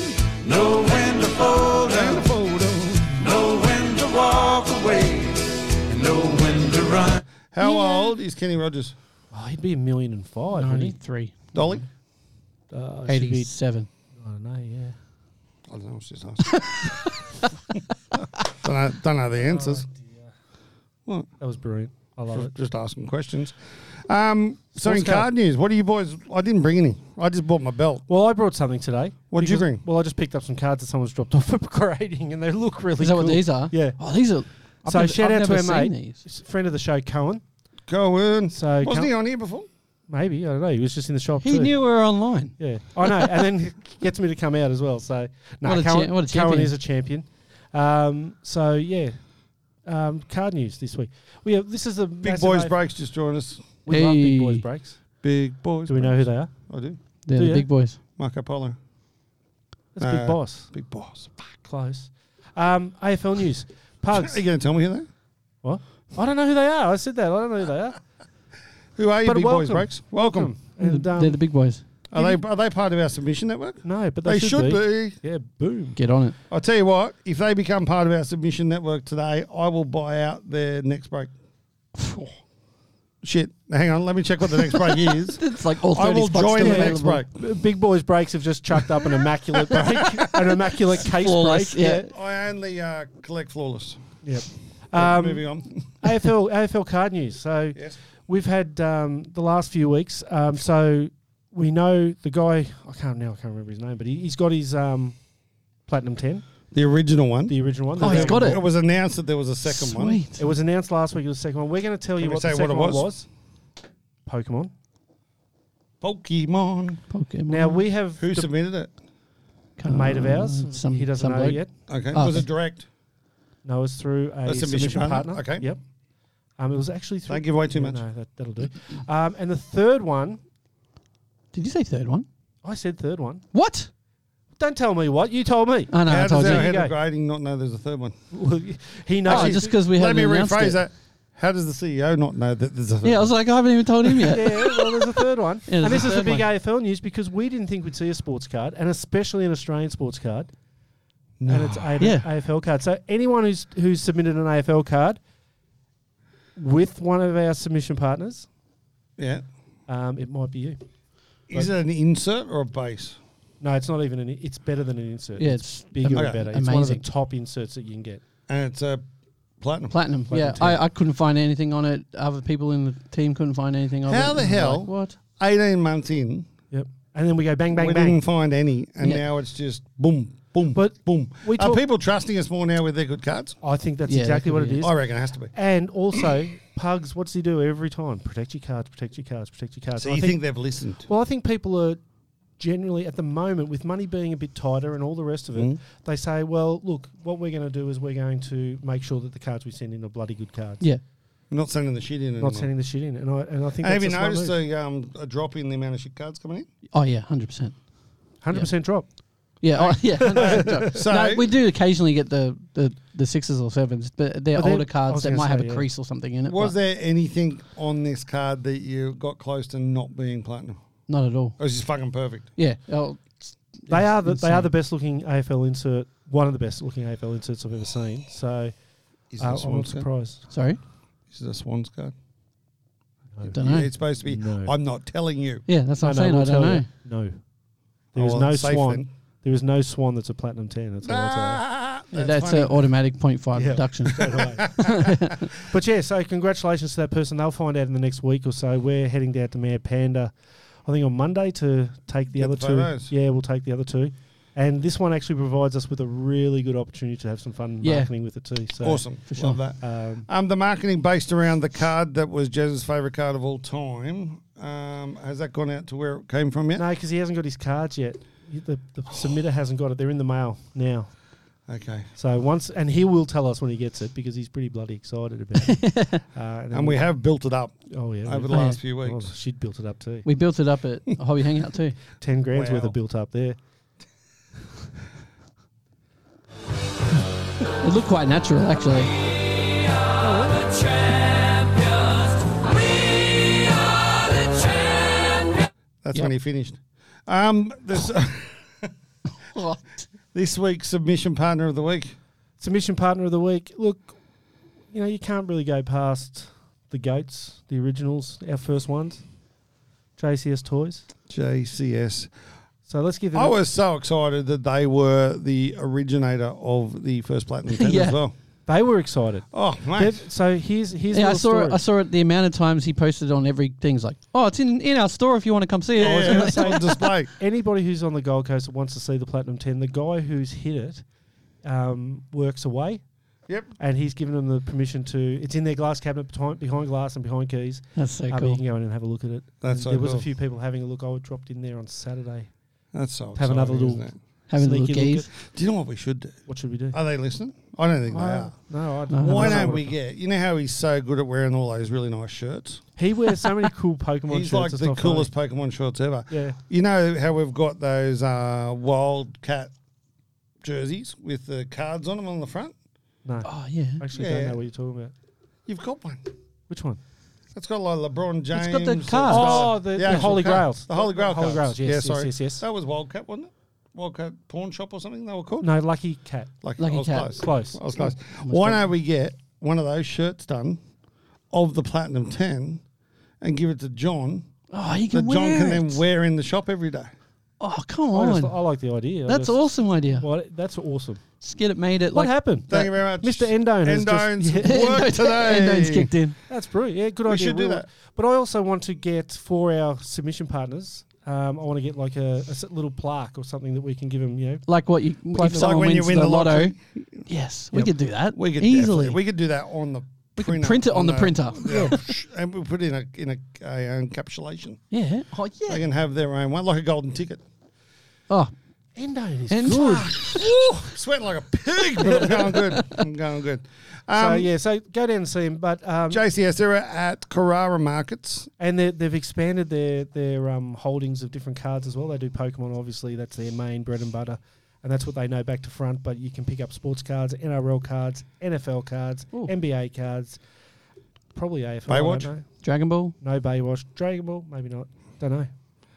no when to fold, and and fold 'em. know when to walk away, and know when to run. How old is Kenny Rogers? Oh, he'd be a million and five. wouldn't he? 93, Dolly? Uh, should be- 87. I don't know. Yeah. I don't know. I was just asking. don't, know, don't know the answers. What? That was brilliant. I love it. Just asking questions. Um, so Sports in card card. news, what do you boys? I didn't bring any. I just bought my belt. Well, I brought something today. What'd you because- bring? Well, I just picked up some cards that someone's dropped off for grading, and they look really. Is that cool. what these are? Yeah. Oh, these are. I've so never- shout I've out to never our seen mate, these. s- friend of the show, Cohen. Go on. So Wasn't can't- he on here before? Maybe I don't know. He was just in the shop. He too. knew we were online. Yeah, I know. and then he gets me to come out as well. So no, What a Cohen, cha- what Cohen a champion. is a champion. Um, so yeah, um, card news this week. We have this is the Big boys breaks just joined us. We love big boys Hey. breaks. Big boys. Do we know who they are? I do. They're Do the ya? big boys. Marco Polo. That's Uh, Big Boss. Big boss. Close. Um, AFL news. Are Pugs. you going to tell me who they? are? what? I don't know who they are. I said that. I don't know who they are. Who are you, But big boys welcome. breaks? Welcome. And, um, They're the big boys. Are they are they part of our submission network? no, but Mm, They, should be. Yeah, boom. Get on it. I'll tell you what. If they become part of our submission network today, I will buy out their next break. Shit. Hang on. Let me check what the next break is. It's like all I 30 will spots join still the next available. break. B- Big boys breaks have just chucked up an immaculate break, an immaculate case Flawless, break. yeah. I only uh, collect flawless. Yep. Moving Um, on. AFL AFL card news. So Yes. we've had um, the last few weeks. Um, so we know the guy. I can't now. I can't remember his name, but he, he's got his um, platinum ten, The original one. the original one. Oh, he's The- got it. It was announced that there was a second one. Sweet. It was announced last week. It was the second one. We're going to tell Can you we what the say what second it one was? was. Pokemon. Pokemon. Pokemon. Now we have Who the- submitted it? a mate of ours. Mm, Some- he doesn't some know bloke. yet. Okay. Oh, was okay. it direct? No, it's through A a, submission, submission partner. partner, okay. Yep. Um, it was actually through. Don't give away too Yeah, much. No, that, that'll do. Um, and the third one, Did you say third one? I said third one. What? Don't tell me what you told me. Oh, no, How I does told our you. Here you head of go. grading not know there's a third one? Well, he knows. Oh, just because we Let haven't me announced rephrase it. that. How does the CEO not know that there's a third Yeah, I was like, I haven't even told him yet. yeah, well, there's a third one. Yeah, and this there's a is the third big one. AFL news because we didn't think we'd see a sports card, and especially an Australian sports card. And it's a- Yeah. AFL card. So anyone who's who's submitted an AFL card with one of our submission partners, Yeah. um, it might be you. Is it an insert or a base? No, it's not even an. i- It's better than an insert. Yeah, it's bigger am- and better. It's one of the amazing. top inserts that you can get. And it's a platinum. Platinum. Platinum yeah, team. I, I couldn't find anything on it. Other people in the team couldn't find anything on it. How the And I'm hell- like, what? 18 months in, Yep. And then we go bang, bang, we bang. didn't find any, and Yeah. now it's just boom, boom, But boom. we Are talk- people trusting us more now with their good cards? I think that's Yeah, that exactly could what be it it. is. I reckon it has to be. And also, Pugs, what's he do every time? Protect your cards, protect your cards, protect your cards. So And I you think they've listened? Well, I think people are generally at the moment with money being a bit tighter and all the rest of it. Mm. They say, "Well, look, what we're going to do is we're going to make sure that the cards we send in are bloody good cards, Yeah. We're not sending the shit in anymore. not sending the shit in." And I and I think Have that's you a smart noticed move. a, um, a drop in the amount of shit cards coming in? Oh, yeah, 100%. 100% drop. Yeah, oh, yeah. 100%. So no, we do occasionally get the, the, the sixes or sevens, but they're But they're- older I was cards that gonna might have say, a yeah. crease or something in it. Was Was there anything on this card that you got close to not being platinum? Not at all. It was just fucking perfect. Yeah. Oh, They it's are the, they are insane. the best looking AFL insert, one of the best looking AFL inserts I've ever seen. So Is it uh, a I'm not Swans card? surprised. Sorry? Is it a Swans card? Don't know. Yeah, it's supposed to be. No. I'm not telling you. Yeah, that's what I'm saying. we'll I tell don't know. you. No, there Oh, is well, no it's safe swan. then. There is no swan that's a platinum ten. That's all I'll Ah, Yeah, that's that's funny. an automatic 0.5 Yeah. reduction. tell you. but yeah, so congratulations to that person. They'll find out in the next week or so. We're heading down to Mad Panda, I think on Monday to take the Get other the two. photos. Yeah, we'll take the other two. And this one actually provides us with a really good opportunity to have some fun Yeah. marketing with it too. So awesome. For Love sure. that. Um, Um, the marketing based around the card that was Jez's favourite card of all time. Um, has that gone out to where it came from yet? no, because he hasn't got his cards yet. The, the submitter hasn't got it. They're in the mail now. Okay. So once, and he will tell us when he gets it because he's pretty bloody excited about it. uh, then And we have built it up oh yeah, over we- the Oh, yeah. last few oh, weeks. she'd built it up too. We built it up at a Hobby Hangout too. Ten grand's worth Wow. of built up there. It looked quite natural actually. That's Yep. when he finished. Um, this What? this week's submission partner of the week. Submission partner of the week. Look, you know you can't really go past the goats, the originals, our first ones, JCS Toys. JCS. So let's give them. I a- was so excited that they were the originator of the first platinum pen Yeah. as well. they were excited. Oh, They've- mate. So here's here's Yeah, a I little saw story. it, I saw it the amount of times he posted on every thing's like, oh, it's in, in our store if you want to come see it. Yeah, it's on display. anybody who's on the Gold Coast that wants to see the Platinum 10, the guy who's hit it um, works away. Yep. And he's given them the permission to. It's in their glass cabinet behind, behind glass and behind keys. That's so Um, You cool. can go in and have a look at it. That's And so there was a cool. few people having a look. I dropped in there on Saturday. That's so Have exciting, another little- isn't it? Having a little Sneaky look gaze. Do you know what we should do? What should we do? Are they listening? I don't think they are. no, I No, Why no, don't we get? You know how he's so good at wearing all those really nice shirts. He wears so many cool Pokemon he's shirts. like it's the not coolest funny. Pokemon shorts ever. Yeah. You know how we've got those uh, Wildcat jerseys with the cards on them on the front? No, Oh yeah. I actually Yeah. don't know what you're talking about. You've got one. Which one? It's got like LeBron James. got the it's cards. got Oh, the- the actual Holy card. Grails. The Holy Grail Holy cards. Grails, yes, yes, yeah, sorry. yes, yes. That was Wildcat, wasn't it? Wildcat Pawn Shop or something they were called? No, Lucky Cat. Like, Lucky I was Cat. close. Close. I was close. Why don't we get one of those shirts done of the Platinum 10 and give it to John Oh, you that can John wear can then it. wear in the shop every day? Oh, come I, on. just, I like the idea. I That's just- awesome idea. Well, that's awesome. Just get it made at What like happened? Thank you very much. Mr. Endone has just- Endone's Endone's- work today. Endone's kicked in. That's brilliant. Yeah, good We idea. should do We'll- that. But I also want to get for our submission partners. Um, I want to get like a, a s- little plaque or something that we can give them. You know, Like what you Like if someone when you wins win the the lotto. lottery. Yes, we could do that. We could easily. definitely- we could do that on the We could printer, print it on the printer. Yeah, and we put in a in a, a uh, encapsulation. yeah. Oh They yeah. can have their own one, like a golden ticket. Oh, Endone is and good. Woo, sweating like a pig, but I'm going good. I'm going good. Um, so yeah, so go down and see them. But um, JCS, they're at Carrara Markets. and they they've expanded their their um, holdings of different cards as well. They do Pokemon, obviously. That's their main bread and butter, and that's what they know back to front. But you can pick up sports cards, NRL cards, NFL cards, Ooh. NBA cards, probably AFL. I Baywatch? don't know. Dragon Ball. No Baywatch. Dragon Ball, maybe not. Don't know.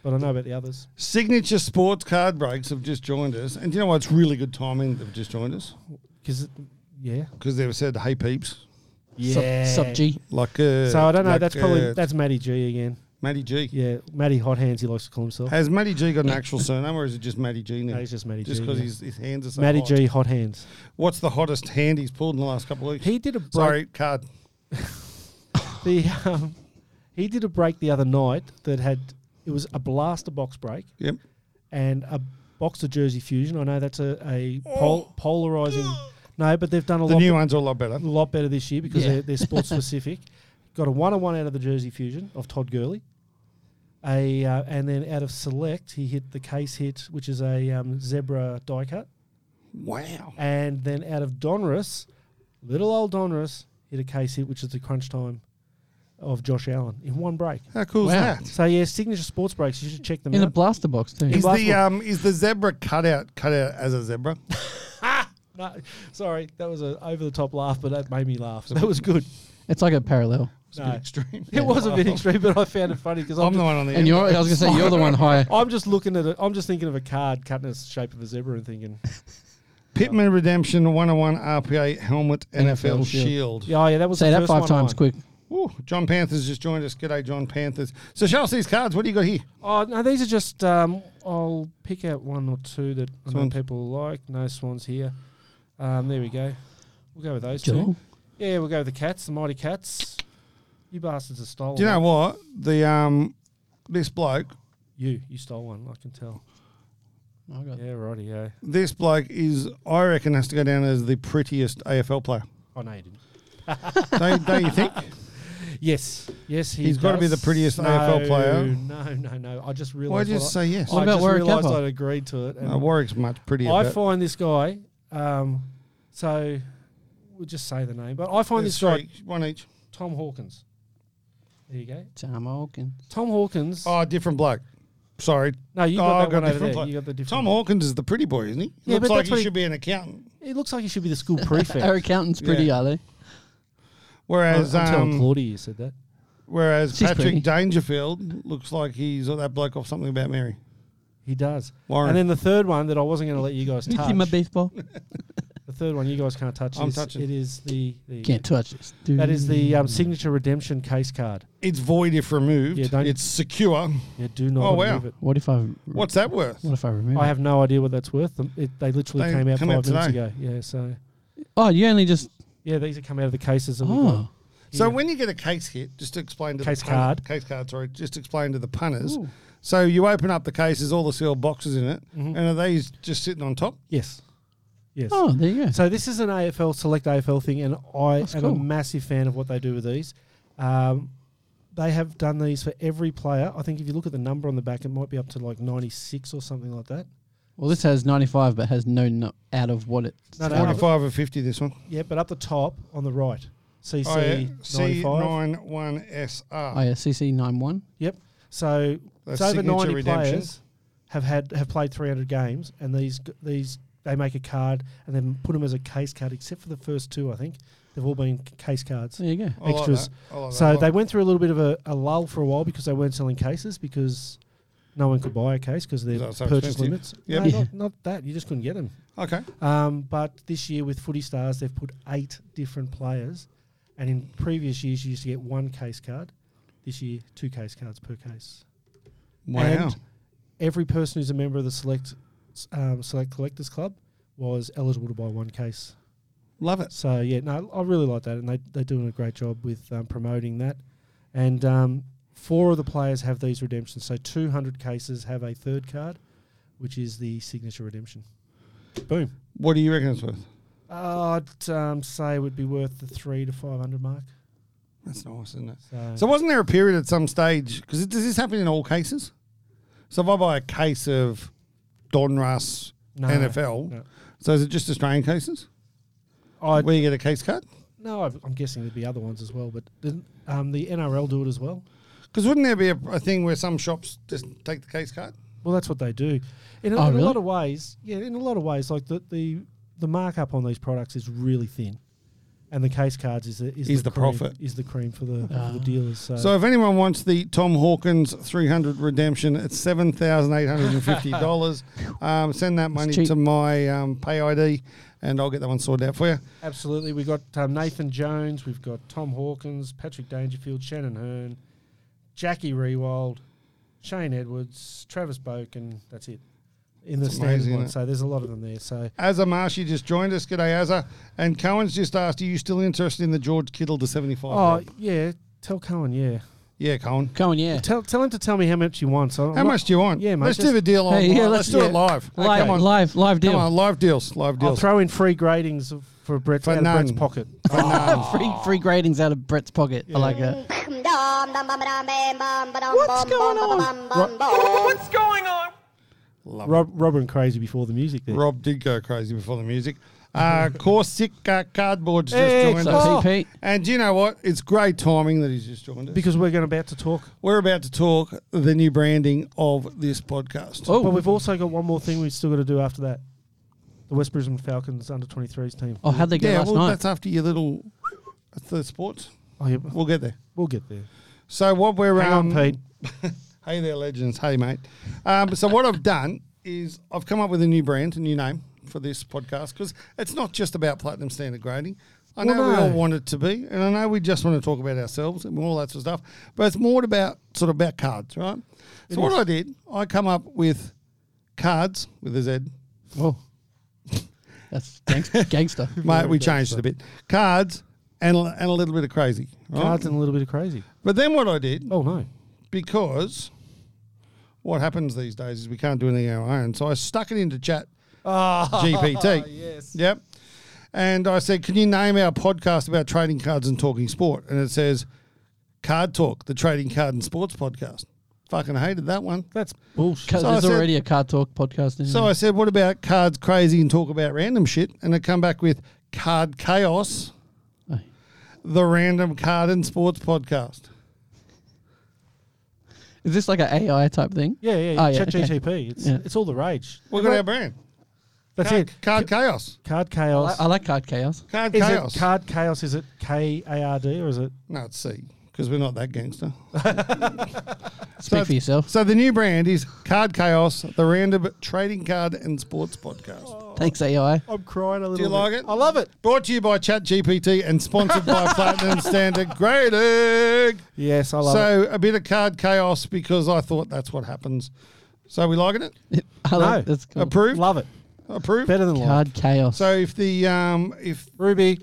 But I know about the others. Signature Sports Card Breaks have just joined us. And do you know what? It's really good timing they've just joined us Because, yeah. because they've said, hey, peeps. Sub, sub G. Like, uh, So I don't know. like, that's probably uh, that's Matty G again. Matty G. Yeah, Matty Hot Hands. He likes to call himself. Has Matty G got an actual surname or is it just Matty G now? No, he's just Matty just G. because yeah. his, his hands are so Matty hot. G. Hot Hands. What's the hottest hand he's pulled in the last couple of weeks? He did a break. Sorry, card. The um, he did a break the other night that had it was a blaster box break Yep. and a boxer jersey fusion. I know that's a a pol- polarizing. No, but they've done a The lot. new one's are a lot better. a lot better this year because Yeah. they're, they're sports specific. Got a one on one out of the Jersey Fusion of Todd Gurley. A uh, and then out of select he hit the case hit, which is a um, zebra die cut, Wow. and then out of Donruss, little old Donruss hit a case hit, which is the crunch time of Josh Allen in one break. How cool Wow. is that? So yeah, signature sports breaks. You should check them In a out. blaster box too. Is the, basketball. um, is the zebra cutout cut out as a zebra? No, sorry, that was a over the top laugh, but that made me laugh. That was good. It's like a parallel. It's a bit No. extreme. It was a bit extreme, but I found it funny because I'm I'm, the one on the And end. you're, I was gonna say you're the one higher. I'm just looking at it. I'm just thinking of a card cut in the shape of a zebra and thinking, Pittman Redemption 101 RPA helmet NFL, NFL shield. shield. yeah, oh, yeah, that was Say the that first five one times on. quick. Ooh, John Panthers just joined us. G'day, John Panthers. So Chelsea's cards. What do you got here? Oh no, these are just. Um, I'll pick out one or two that I know Swans. people like. No swans here. Um, there we go. We'll go with those Geelong. two. Yeah, we'll go with the cats, the mighty cats. You bastards have stolen. Do you know one. what the um this bloke You you stole one. I can tell. I got Yeah, righty. Yeah. this bloke is I reckon has to go down as the prettiest AFL player. Oh no, you didn't. don't, don't you think? Uh, Yes, yes, he He's gotta be does. the prettiest no, AFL player. No, no, no. I just realised. Why'd you what I- say yes? What I about just Warwick realised Kappa? I'd agreed to it. and No, Warwick's much prettier. I but find this guy Um, so we'll just say the name. But I find There's this guy, three, one each. Tom Hawkins. There you go. Tom Hawkins. Tom Hawkins. Oh, different bloke. Sorry, no, you oh, got I've got that one over there. different bloke. You got the different. Tom Hawkins is the pretty boy, isn't he? Yeah, Looks but like that's he what he- should be an accountant. It looks like he should be the school Our prefect. accountant's pretty, Yeah. are they? Whereas, I'm telling um, Claudia you said that. whereas She's Patrick pretty. Dangerfield looks like he's that bloke off something about Mary. He does. Warren. And then the third one that I wasn't going to let you guys You touch. see my baseball? the third one you guys can't touch. I'm is- touching. It is the, the Can't touch this. Dude. that is the um, signature redemption case card. It's void if removed. Yeah, don't- it's secure. Yeah, do not Oh, remove wow. it. What if I? What's that worth? What if I remember? I have no idea what that's worth. Um, It, they literally They came out come five out minutes today. ago. Yeah, so oh, you only just. yeah, these have come out of the cases. That we got. Oh, So Yeah. when you get a case hit, just to explain to Case the punter- card. case card, sorry, just to explain to the punters. So you open up the cases, all the sealed boxes in it, Mm-hmm. and are these just sitting on top? yes, yes. oh, there you go. So this is an AFL select AFL thing, and I That's am a cool. massive fan of what they do with these. Um, they have done these for every player. I think if you look at the number on the back, it might be up to like ninety six or something like that. Well, this has 95, but has no no out of what it. No, no, up- Forty-five or fifty? This one. yeah, but up the top on the right, CC Oh, yeah. ninety five. Oh, C91SR. yeah, CC 91. Yep. So That's it's over signature ninety redemption. players have had have played three hundred games, and these g- these they make a card and then put them as a case card, except for the first two. I think they've all been c- case cards. There you go. I like Extras. that. I like that. I So like they went through a little bit of a, a lull for a while because they weren't selling cases because no one could buy a case because their Because that's so purchase expensive. limits. Yep. No, Yeah. not, not that you just couldn't get them. Okay. Um, but this year with Footy Stars, they've put eight different players, and in previous years you used to get one case card. This year, two case cards per case. Wow. And every person who's a member of the select um, select collectors club was eligible to buy one case. Love it. So yeah, no, I really like that, and they they're doing a great job with um, promoting that. And um, four of the players have these redemptions. So two hundred cases have a third card, which is the signature redemption. Boom. What do you reckon it's worth? Uh, I'd um, say it would be worth the three to five hundred mark. That's nice, isn't it? So, So wasn't there a period at some stage? Because does this happen in all cases? So if I buy a case of Donruss No, NFL, no. so is it just Australian cases I where you get a case card? no, I- I'm guessing there'd be other ones as well, but didn't- um, the NRL do it as well. Because wouldn't there be a, a thing where some shops just take the case card? Well, that's what they do. In, a, Oh, in really? a lot of ways, yeah. In a lot of ways, like the the, the markup on these products is really thin, and the case cards is the, is, Is the cream- profit. is the cream for the, Ah. for the dealers. So, So if anyone wants the Tom Hawkins 300 redemption, it's seven thousand eight hundred and fifty dollars. um, send that money cheap. to my um, pay ID, and I'll get that one sorted out for you. absolutely, we've got um, Nathan Jones, we've got Tom Hawkins, Patrick Dangerfield, Shannon Hearn, Jackie Rewald, Shane Edwards, Travis Boak, and that's it. In the That's standard amazing, one, isn't it? so there's a lot of them there. So Azza Marshy just joined us. G'day, Azza. And Cohen's just asked, are you still interested in the George Kittle to 75? oh yeah, tell Cohen yeah, yeah, Cohen. Going, yeah. tell tell him to tell me how much he wants. I'm How not- much do you want? Yeah, mate, Let's just- do the deal online. Hey, yeah, let's, let's- do yeah. it live. Hey, Live, come on. live, live Come deal. on, live deals. Live I'll deals. throw in free gradings of- for Brett For out of none. Brett's pocket. free, free gradings out of Brett's pocket. I like uh, that. What's going on? What's going on? Love it. Rob, Rob and crazy before the music. There. Rob did go crazy before the music. Uh, Corsica Cardboard's just Hey, joined So, us. Pete, Pete, And do you know what? It's great timing that he's just joined us. because we're going about to talk. We're about to talk the new branding of this podcast. But we've also got one more thing we've still got to do after that. The West Brisbane Falcons under 23s team. oh, how'd they go yeah, last well, night? that's after your little. That's the sports. Oh, yeah, We'll get there. we'll get there. So what we're Hang um, on, Pete. Hey there, legends. Hey, mate. Um, so what I've done is I've come up with a new brand, a new name for this podcast because it's not just about platinum standard grading. I Well, know we no. all want it to be, and I know we just want to talk about ourselves and all that sort of stuff, but it's more about sort of about cards, right? so what I did, I come up with cards with a Z. Whoa. That's gangster. gangster. Mate, we changed it a bit. Cards and, a- and a little bit of crazy. right? Cards and a little bit of crazy. But then what I did Oh no. because what happens these days is we can't do anything on our own. So I stuck it into chat Ah, GPT. Yes. Yep. And I said, Can you name our podcast about trading cards and talking sport? And it says, Card Talk, the trading card and sports podcast. Fucking hated that one. That's bullshit. Because So I there's said- already a car talk podcast in So I there. said, what about cards crazy and talk about random shit? And I come back with card chaos, Aye. the random card and sports podcast. Is this like an AI type thing? Yeah, yeah, yeah. Oh, yeah, ChatGTP. It's Yeah. it's all the rage. We've got our brand. That's card, it. Card chaos. Card I, chaos. like- I like card chaos. Card is chaos. it card chaos? Is it K A R D or is it? no, it's C because we're not that gangster. Speak for yourself. So the new brand is Card Chaos, the random trading card and sports podcast. Thanks, AI. I'm crying a little. Do you like it? Oh. I love it. Brought to you by ChatGPT and sponsored by Platinum Standard Grading. Yes, I love it. So a bit of card chaos because I thought that's what happens. So we liking it? I like, No. that's cool. Approved? Love it. Approved? Better than like Card chaos. So if the um if, Ruby.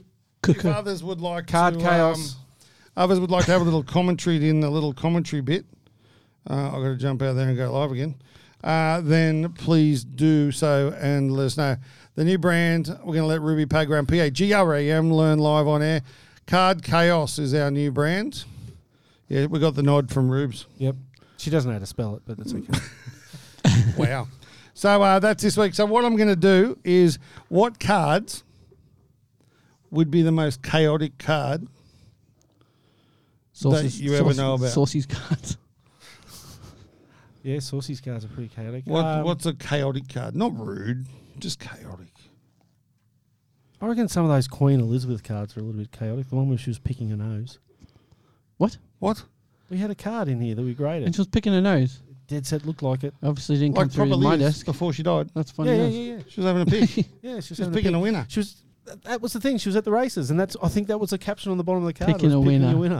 if others would like Card to, chaos. um, others would like to have a little commentary in the little commentary bit. Uh, I've got to jump out there and go live again. Uh, then please do so and let us know. The new brand, we're going to let Ruby Pagram, P A G R A M, learn live on air. Card Chaos is our new brand. Yeah, we got the nod from Rubes. Yep. She doesn't know how to spell it, but that's okay. Wow. So uh, that's this week. So what I'm going to do is what cards would be the most chaotic card? Sauces- that you ever sauce- know about. Saucy's cards. yeah, Saucy's cards are pretty chaotic. What, Um, what's a chaotic card? Not rude, just chaotic. I reckon some of those Queen Elizabeth cards are a little bit chaotic. The one where she was picking her nose. What? What? We had a card in here that we And graded. she was picking her nose. Dead set looked like it. Obviously didn't come Like through proper my lives desk. before she died. That's funny. Yeah, yeah, enough. yeah, yeah. She was having a pick. Yeah, she was She's having a picking pick. a winner. She was. that- That was the thing. She was at the races, and that's. I think that was a caption on the bottom of the card. Picking was a winner.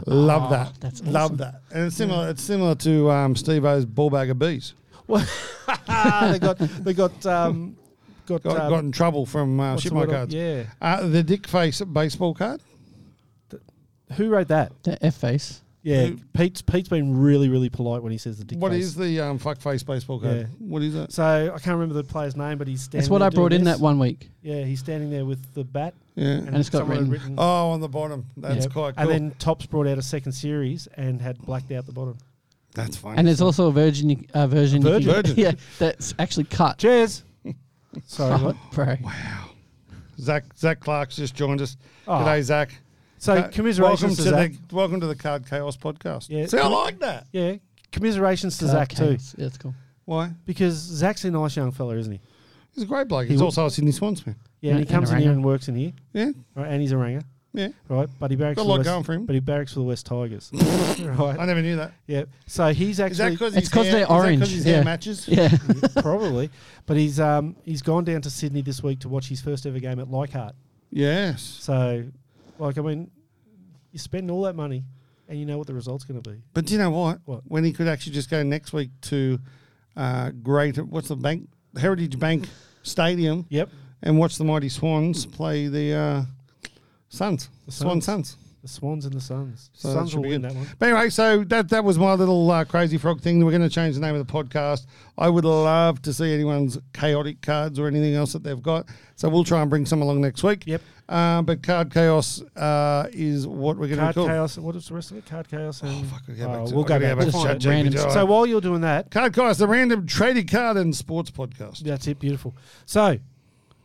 Ah, Love that. that's awesome. Love that. And it's similar. It's similar to um, Steve O's ball bag of bees. Ah, they got. They got. Um, got. Got, um, got in trouble from uh, what's shit the my word? cards. Yeah. Uh, the dick face baseball card. Who wrote that? The F face. Yeah, Who- Pete's Pete's been really really polite when he says the dick. What face. is the um, fuck face baseball card? Yeah. What is it? So I can't remember the player's name, but he's standing. That's what there I brought doing in this. that one week. Yeah, he's standing there with the bat, Yeah. And it's got someone had written- Oh, on the bottom. That's Yep. quite cool. And then Tops brought out a second series and had blacked out the bottom. That's funny. And there's also a virgin you- uh, version. you Virgin? can- Virgin. yeah, that's actually cut. Cheers. Sorry. Oh, what? bro. Zach Zach Clark's just joined us. Oh. G'day, Zach. So Uh, commiserations welcome to, to Zach. the welcome to the Card Chaos podcast. Yeah. See, I like that. yeah, commiserations to Card Zach too, chaos. Yeah, that's cool. Why? because Zach's a nice young fella, isn't he? He's a great bloke. He's He- also a Sydney Swansman. Yeah, and he And- and comes a in here ranger. and works in here, Yeah, right? And he's a ranger, yeah. right? But he barracks Got a for lot the West, going for him. But he barracks for the West Tigers, I right? never knew that. Yeah. So he's Is that actually because It's 'cause they're orange, His yeah. hair matches. Yeah. probably, but he's um he's gone down to Sydney this week to watch his first ever game at Leichhardt. Yes, So, like, I mean, you spend all that money, and you know what the result's going to be. but do you know what? What? When he could actually just go next week to uh, Great, what's the bank? Heritage Bank Stadium, Yep, and watch the mighty Swans play the uh, Suns, The Swan Suns. Suns. the Swans and the Suns. So that Suns should will be win good. that one. But anyway, so that that was my little uh, crazy frog thing. We're going to change the name of the podcast. I would love to see anyone's chaotic cards or anything else that they've got. So we'll try and bring some along next week. Yep. Uh, but card chaos uh, is what we're going to Card call. chaos. What is the rest of it? Card chaos. And, Fuck, I gotta go Oh, back to- we'll I go gotta back. to We'll find chat it. GPT. Random All stuff. right. So while you're doing that, card chaos, the random traded card and sports podcast. that's it. Beautiful. So,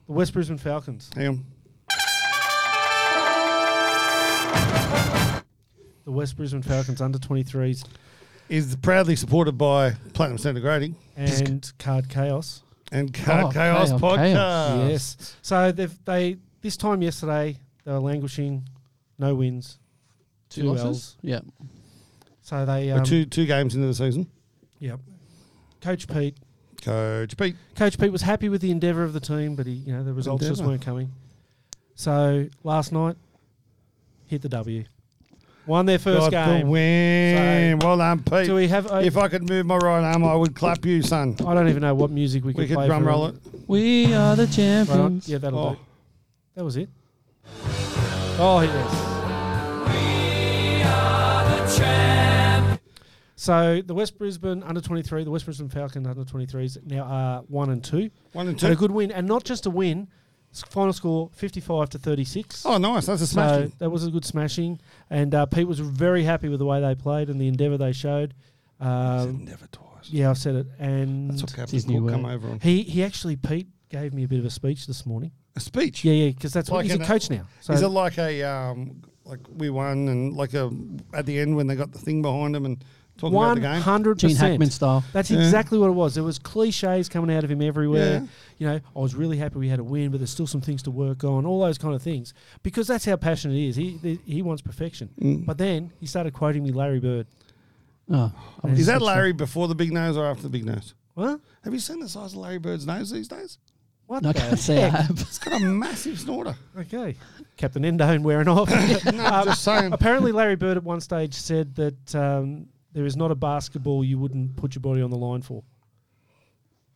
the West Brisbane Falcons. Hang on. The West Brisbane Falcons under 23s Is proudly supported by Platinum Standard Grading and Card Chaos. and Card Oh, Chaos Chaos, podcast. Chaos. yes. So they've they this time yesterday they were languishing, no wins. Two Two losses. Ls. Yeah. So they We're um, two two games into the season. Yep. Coach Pete Coach Pete. Coach Pete was happy with the endeavour of the team, but he, you know, the results just Endeavour. weren't coming. So last night, hit the W, won their first got the game. E win. well done, Pete. Do we have? I if I could move my right arm, I would clap you, son. I don't even know what music we could, We could play. drum for roll all- it. We are the Right on. champions. Yeah, that'll Oh. do. That was it. Oh yes. So the West Brisbane under twenty three, the West Brisbane Falcon under twenty threes now are one and two. One and And a two. good win, and not just a win. s- Final score fifty five to thirty six. Oh, nice. That's a smash. So that was a good smashing, and uh, Pete was very happy with the way they played and the endeavour they showed. Um, Never twice. yeah, I've said it. And That's what Captain his new Cook come word. over on. he he actually Pete gave me a bit of a speech this morning. A speech. Yeah, yeah, because that's what Like he's a an- coach now. So Is it like a um, like we won and like a at the end when they got the thing behind them and talking about one the game? hundred Gene Hackman percent. style. That's Yeah. exactly what it was. There was cliches coming out of him everywhere. Yeah. You know, I was really happy we had a win, but there's still some things to work on. All those kind of things, because that's how passionate he is. He he- he wants perfection. Mm. But then he started quoting me Larry Bird. Oh, I was- Is that Larry before the big nose or after the big nose? What? Have you seen the size of Larry Bird's nose these days? What? No, I the can't say I heck? have. It's got a massive snorter. Okay, Captain Endone wearing off. Um, I'm just saying. Apparently, Larry Bird at one stage said that um, there is not a basketball you wouldn't put your body on the line for,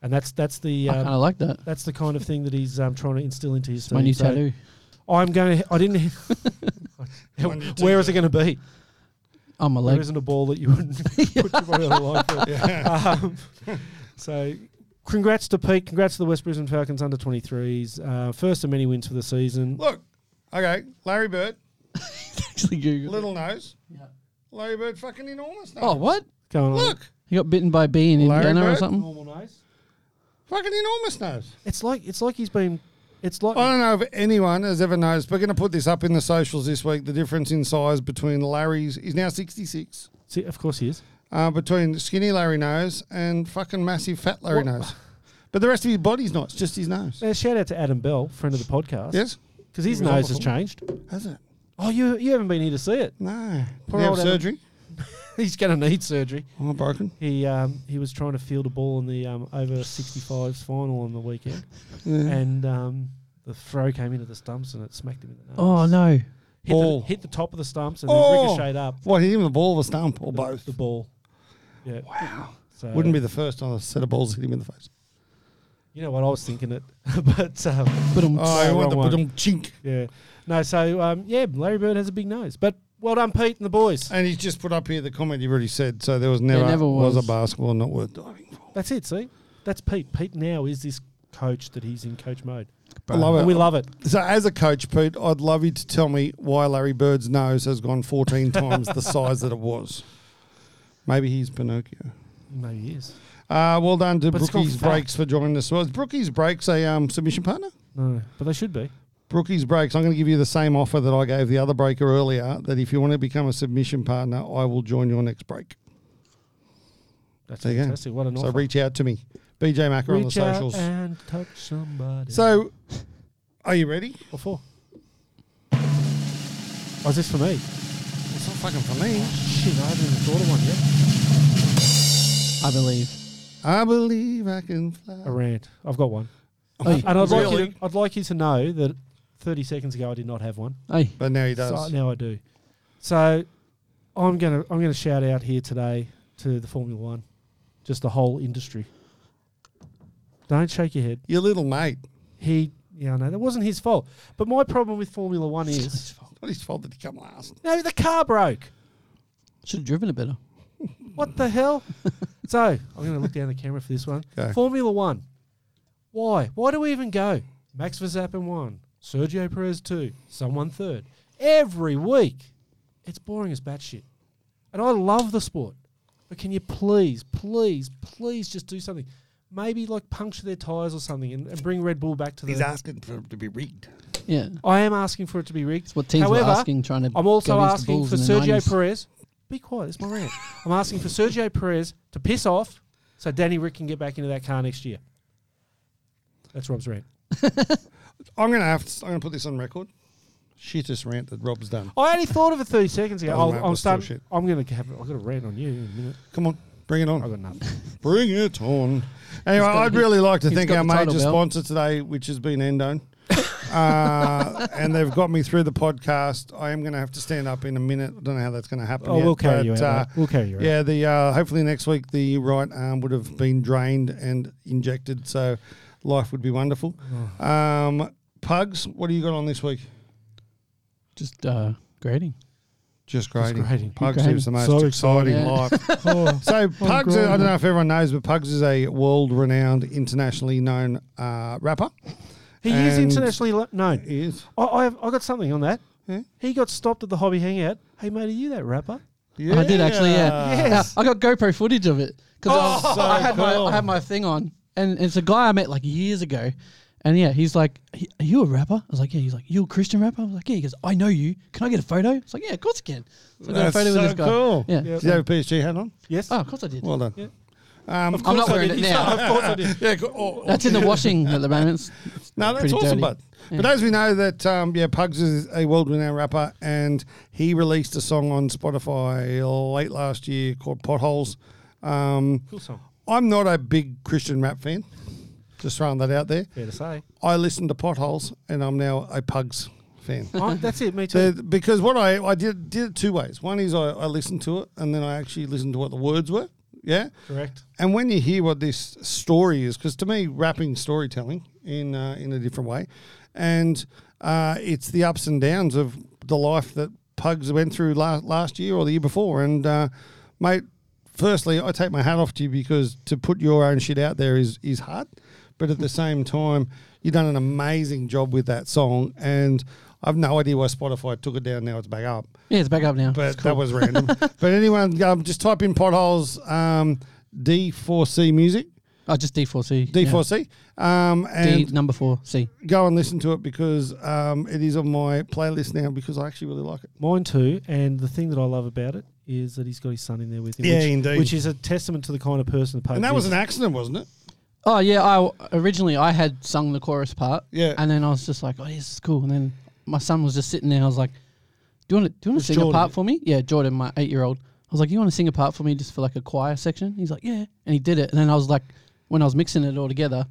and that's that's the I kind um, of like that. that's the kind of thing that he's um, trying to instill into his My team. new So tattoo. I'm going. To, I didn't. where is it going to be? On my There leg. isn't a ball that you wouldn't put your body on the line for. Um, so, congrats to Pete. Congrats to the West Brisbane Falcons under 23s. Uh, first of many wins for the season. Look, okay, Larry Bird, Actually, Google. little nose. Larry Bird, fucking enormous nose. Oh, what? Going on. Look, He got bitten by a bee in Larry Indiana or Bird? something. normal nose. fucking enormous nose. It's like it's like he's been. It's like I don't know if anyone has ever noticed. We're going to put this up in the socials this week. The difference in size between Larry's. He's now sixty-six. See, of course he is. uh, between skinny Larry nose and fucking massive fat Larry nose. But the rest of his body's not; it's just his nose. Now, Uh, shout out to Adam Bell, friend of the podcast. Yes, because his He was on nose has before. changed. has it? Oh, you you haven't been here to see it. No. Poor Poor have old Adam. surgery. he's going to need surgery. Oh, broken. He um, he was trying to field a ball in the um, over 65s final on the weekend, and um, the throw came into the stumps and it smacked him in the nose. Oh no. hit, Ball. The, hit the top of the stumps and Oh. then ricocheted up What hit him? The ball, or the stump, or the, both? the ball. Yeah. Wow. So Wouldn't be the first time a set of balls hit him in the face. You know what I was thinking it, but um, But um, Oh, I wrong want to one. put him chink, Yeah. No, so um, yeah, Larry Bird has a big nose. But well done, Pete and the boys. and he's just put up here the comment you already said. So there was never, never was. was. a basketball not worth diving for. That's it, see? That's Pete. Pete now is this coach that he's in coach mode. I love it. And we love it. So, as a coach, Pete, I'd love you to tell me why Larry Bird's nose has gone 14 times the size that it was. Maybe he's Pinocchio. Maybe he is. Uh, well done to But it's Brookies gone fat. Breaks for joining us. Was Brookies Breaks a um, submission partner? No. But they should be. Brookies Breaks, I'm going to give you the same offer that I gave the other breaker earlier that if you want to become a submission partner, I will join your next break. That's There you go. fantastic. What an So offer. reach out to me, BJ Macker on the Reach out socials. and touch somebody. So, are you ready? what for? Oh, is this for me? It's not fucking for me. Shit, I haven't even thought of one yet. I believe. I believe I can fly. A rant. I've got one. Hey, And I'd like, you Really? to, I'd like you to know that 30 seconds ago I did not have one. hey, But now he So does. now I do. So I'm gonna I'm gonna shout out here today to the Formula One, just the whole industry. Don't shake your head. Your little mate. He, yeah, I know that wasn't his fault. But my problem with Formula One is It's not his fault that he come last. no, the car broke. should have driven it better. What the hell? so I'm gonna look down the camera for this one. Go. Formula One. Why? Why do we even go? Max Verstappen one, Sergio Perez two, someone third. Every week, it's boring as batshit. And I love the sport, but can you please, please, please just do something? Maybe like puncture their tires or something, and, and bring Red Bull back to the. He's asking for it to be rigged. Yeah. I am asking for it to be rigged. It's what teams were However, asking, trying to I'm go also against the asking Bulls for in the Sergio 90s. Perez. Be quiet. It's my rant. I'm asking for Sergio Perez to piss off so Danny Rick can get back into that car next year. That's Rob's rant. I'm gonna have to. I'm gonna put this on record. Shittest rant that Rob's done. I only thought of it 30 seconds ago. Doesn't I'll, matter, I'll it's Oh, still start. shit. I'm going to have. I've got a rant on you in a minute. Come on, bring it on. I've got nothing. Bring it on. Anyway, got- I'd really like to he's thank got our the title major belt. sponsor today, which has been Endone. uh, and they've got me through the podcast. I am going to have to stand up in a minute. I don't know how that's going to happen. Oh, yet, we'll carry but, you out. uh, mate. We'll carry you out. Yeah, the uh, hopefully next week the right arm would have been drained and injected, so life would be wonderful. Um, Pugs, what do you got on this week? Just uh, grading. Just grading. grading. Pugs Grading. lives the most So exciting exciting. life. so Pugs, I don't know if everyone knows, but Pugs is a world-renowned, internationally known uh, rapper. He is and- internationally lo- known. He is. I, I've, I got something on that. Yeah. He got stopped at the hobby hangout. Hey, mate, are you that rapper? I did actually, yeah. Yeah. Yes. Uh, I got GoPro footage of it because I, was- so I had my cool. I had my thing on, and it's a guy I met like years ago, and yeah, he's like, "He- "Are you a rapper?" I was like, "Yeah." He's like, "You a Christian rapper?" I was like, "Yeah." He goes, "I know you. Can I get a photo?" It's like, "Yeah, of course you can." So I got a That's photo so with this guy. cool. Yeah. Did you have a PSG hat on? Yes. Oh, of course I did. Well done. Yeah. Um, I'm not wearing it now. of course I did. yeah, go- oh, oh. That's in the washing at the moment. It's No, that's pretty awesome, dirty. bud. But as we know that, um, yeah, Pugs is a world-renowned rapper, and he released a song on Spotify late last year called Potholes. Um, Cool song. I'm not a big Christian rap fan. Just throwing that out there. Fair to say. I listen to Potholes, and I'm now a Pugs fan. Oh, that's it. Me The- too. because what I, I did did it two ways. One is I, I listened to it, and then I actually listened to what the words were. Yeah, Correct. and when you hear what this story is, because to me, rapping storytelling in uh, in a different way, and uh, it's the ups and downs of the life that Pugs went through last last year or the year before. And uh, mate, firstly, I take my hat off to you because to put your own shit out there is is hard, but Mm. at the same time, you've done an amazing job with that song. And I've no idea why Spotify took it down. Now it's back up yeah, it's back up now. but that was random. but anyone, um, just type in potholes um, D4C music, Oh, just D4C. yeah. D4C, um, D and number four C. go and listen to it because um, it is on my playlist now because I actually really like it. Mine too. And the thing that I love about it is that he's got his son in there with him. Yeah, which, indeed. Which is a testament to the kind of person the Pope And that is. was an accident, wasn't it? Oh yeah, I originally I had sung the chorus part. Yeah. And then I was just like, oh, this is cool. And then my son was just sitting there. I was like, do you want to do you want was to sing Jordan. a part for me? Yeah, Jordan, my eight year old. I was like, you want to sing a part for me just for like a choir section? He's like, yeah. And he did it. And then I was like, when I was mixing it all together,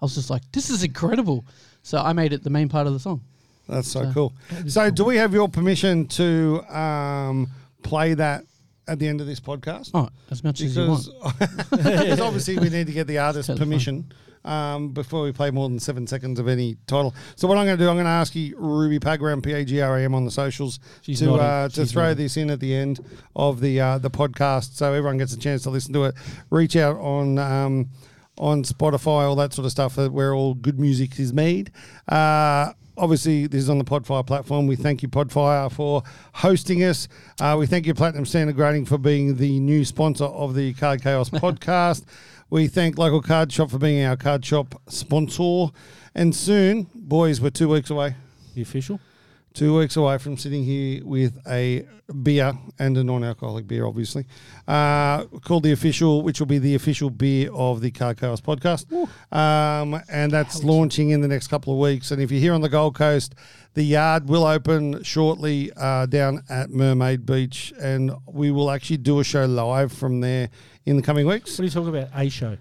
I was just like, this is incredible. So I made it the main part of the song. That's so cool. So, do we have your permission to um, play that at the end of this podcast? Oh, as much as you want. because because obviously we need to get the artist Totally fine. permission um, before we play more than seven seconds of any title. So what I'm going to do, I'm going to ask you Ruby Pagram, P A G R A M, on the socials She's to nodding. uh, to She's throw nodding. this in at the end of the uh, the podcast, so everyone gets a chance to listen to it. Reach out on. Um, on Spotify, all that sort of stuff, uh, where all good music is made. Uh, obviously, this is on the Podfire platform. We thank you, Podfire, for hosting us. Uh, we thank you, Platinum Standard Grading, for being the new sponsor of the Card Chaos podcast. We thank Local Card Shop for being our card shop sponsor. And soon, boys, we're two weeks away. the official. Two weeks away from sitting here with a beer and a non alcoholic beer, obviously, uh, called the official, which will be the official beer of the Car Chaos podcast. Um, and that's launching in the next couple of weeks. And if you're here on the Gold Coast, the yard will open shortly uh, down at Mermaid Beach. And we will actually do a show live from there in the coming weeks. What are you talking about? A show.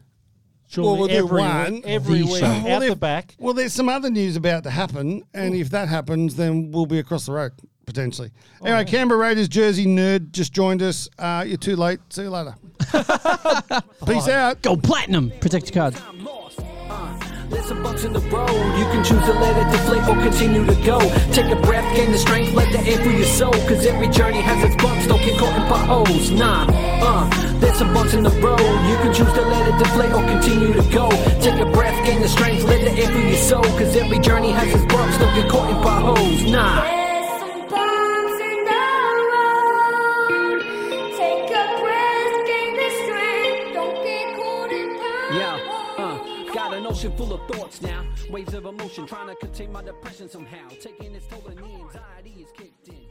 Surely we'll do every one. week, every The week show. out if- the back. Well, there's some other news about to happen, and if that happens, then we'll be across the road potentially. anyway, Canberra Raiders jersey nerd just joined us. Uh, you're too late. See you later. Peace out. Go platinum. Protect your cards. I'm lost. Uh, There's some bumps in the road. You can choose to let it deflate or continue to go. Take a breath, gain the strength, let the air through your soul. Cause every journey has its bumps, don't get caught in potholes. Nah, uh, there's some bumps in the road. You can choose to let it deflate or continue to go. Take a breath, gain the strength, let the air through your soul. Cause every journey has its bumps, don't get caught in potholes. Nah. There's some bumps in the road. Take a breath, gain the strength. Don't get caught in Yeah, potholes. uh, got an ocean full of thoughts now. Waves of emotion, trying to contain my depression somehow. Taking its toll and the anxiety is kicked in.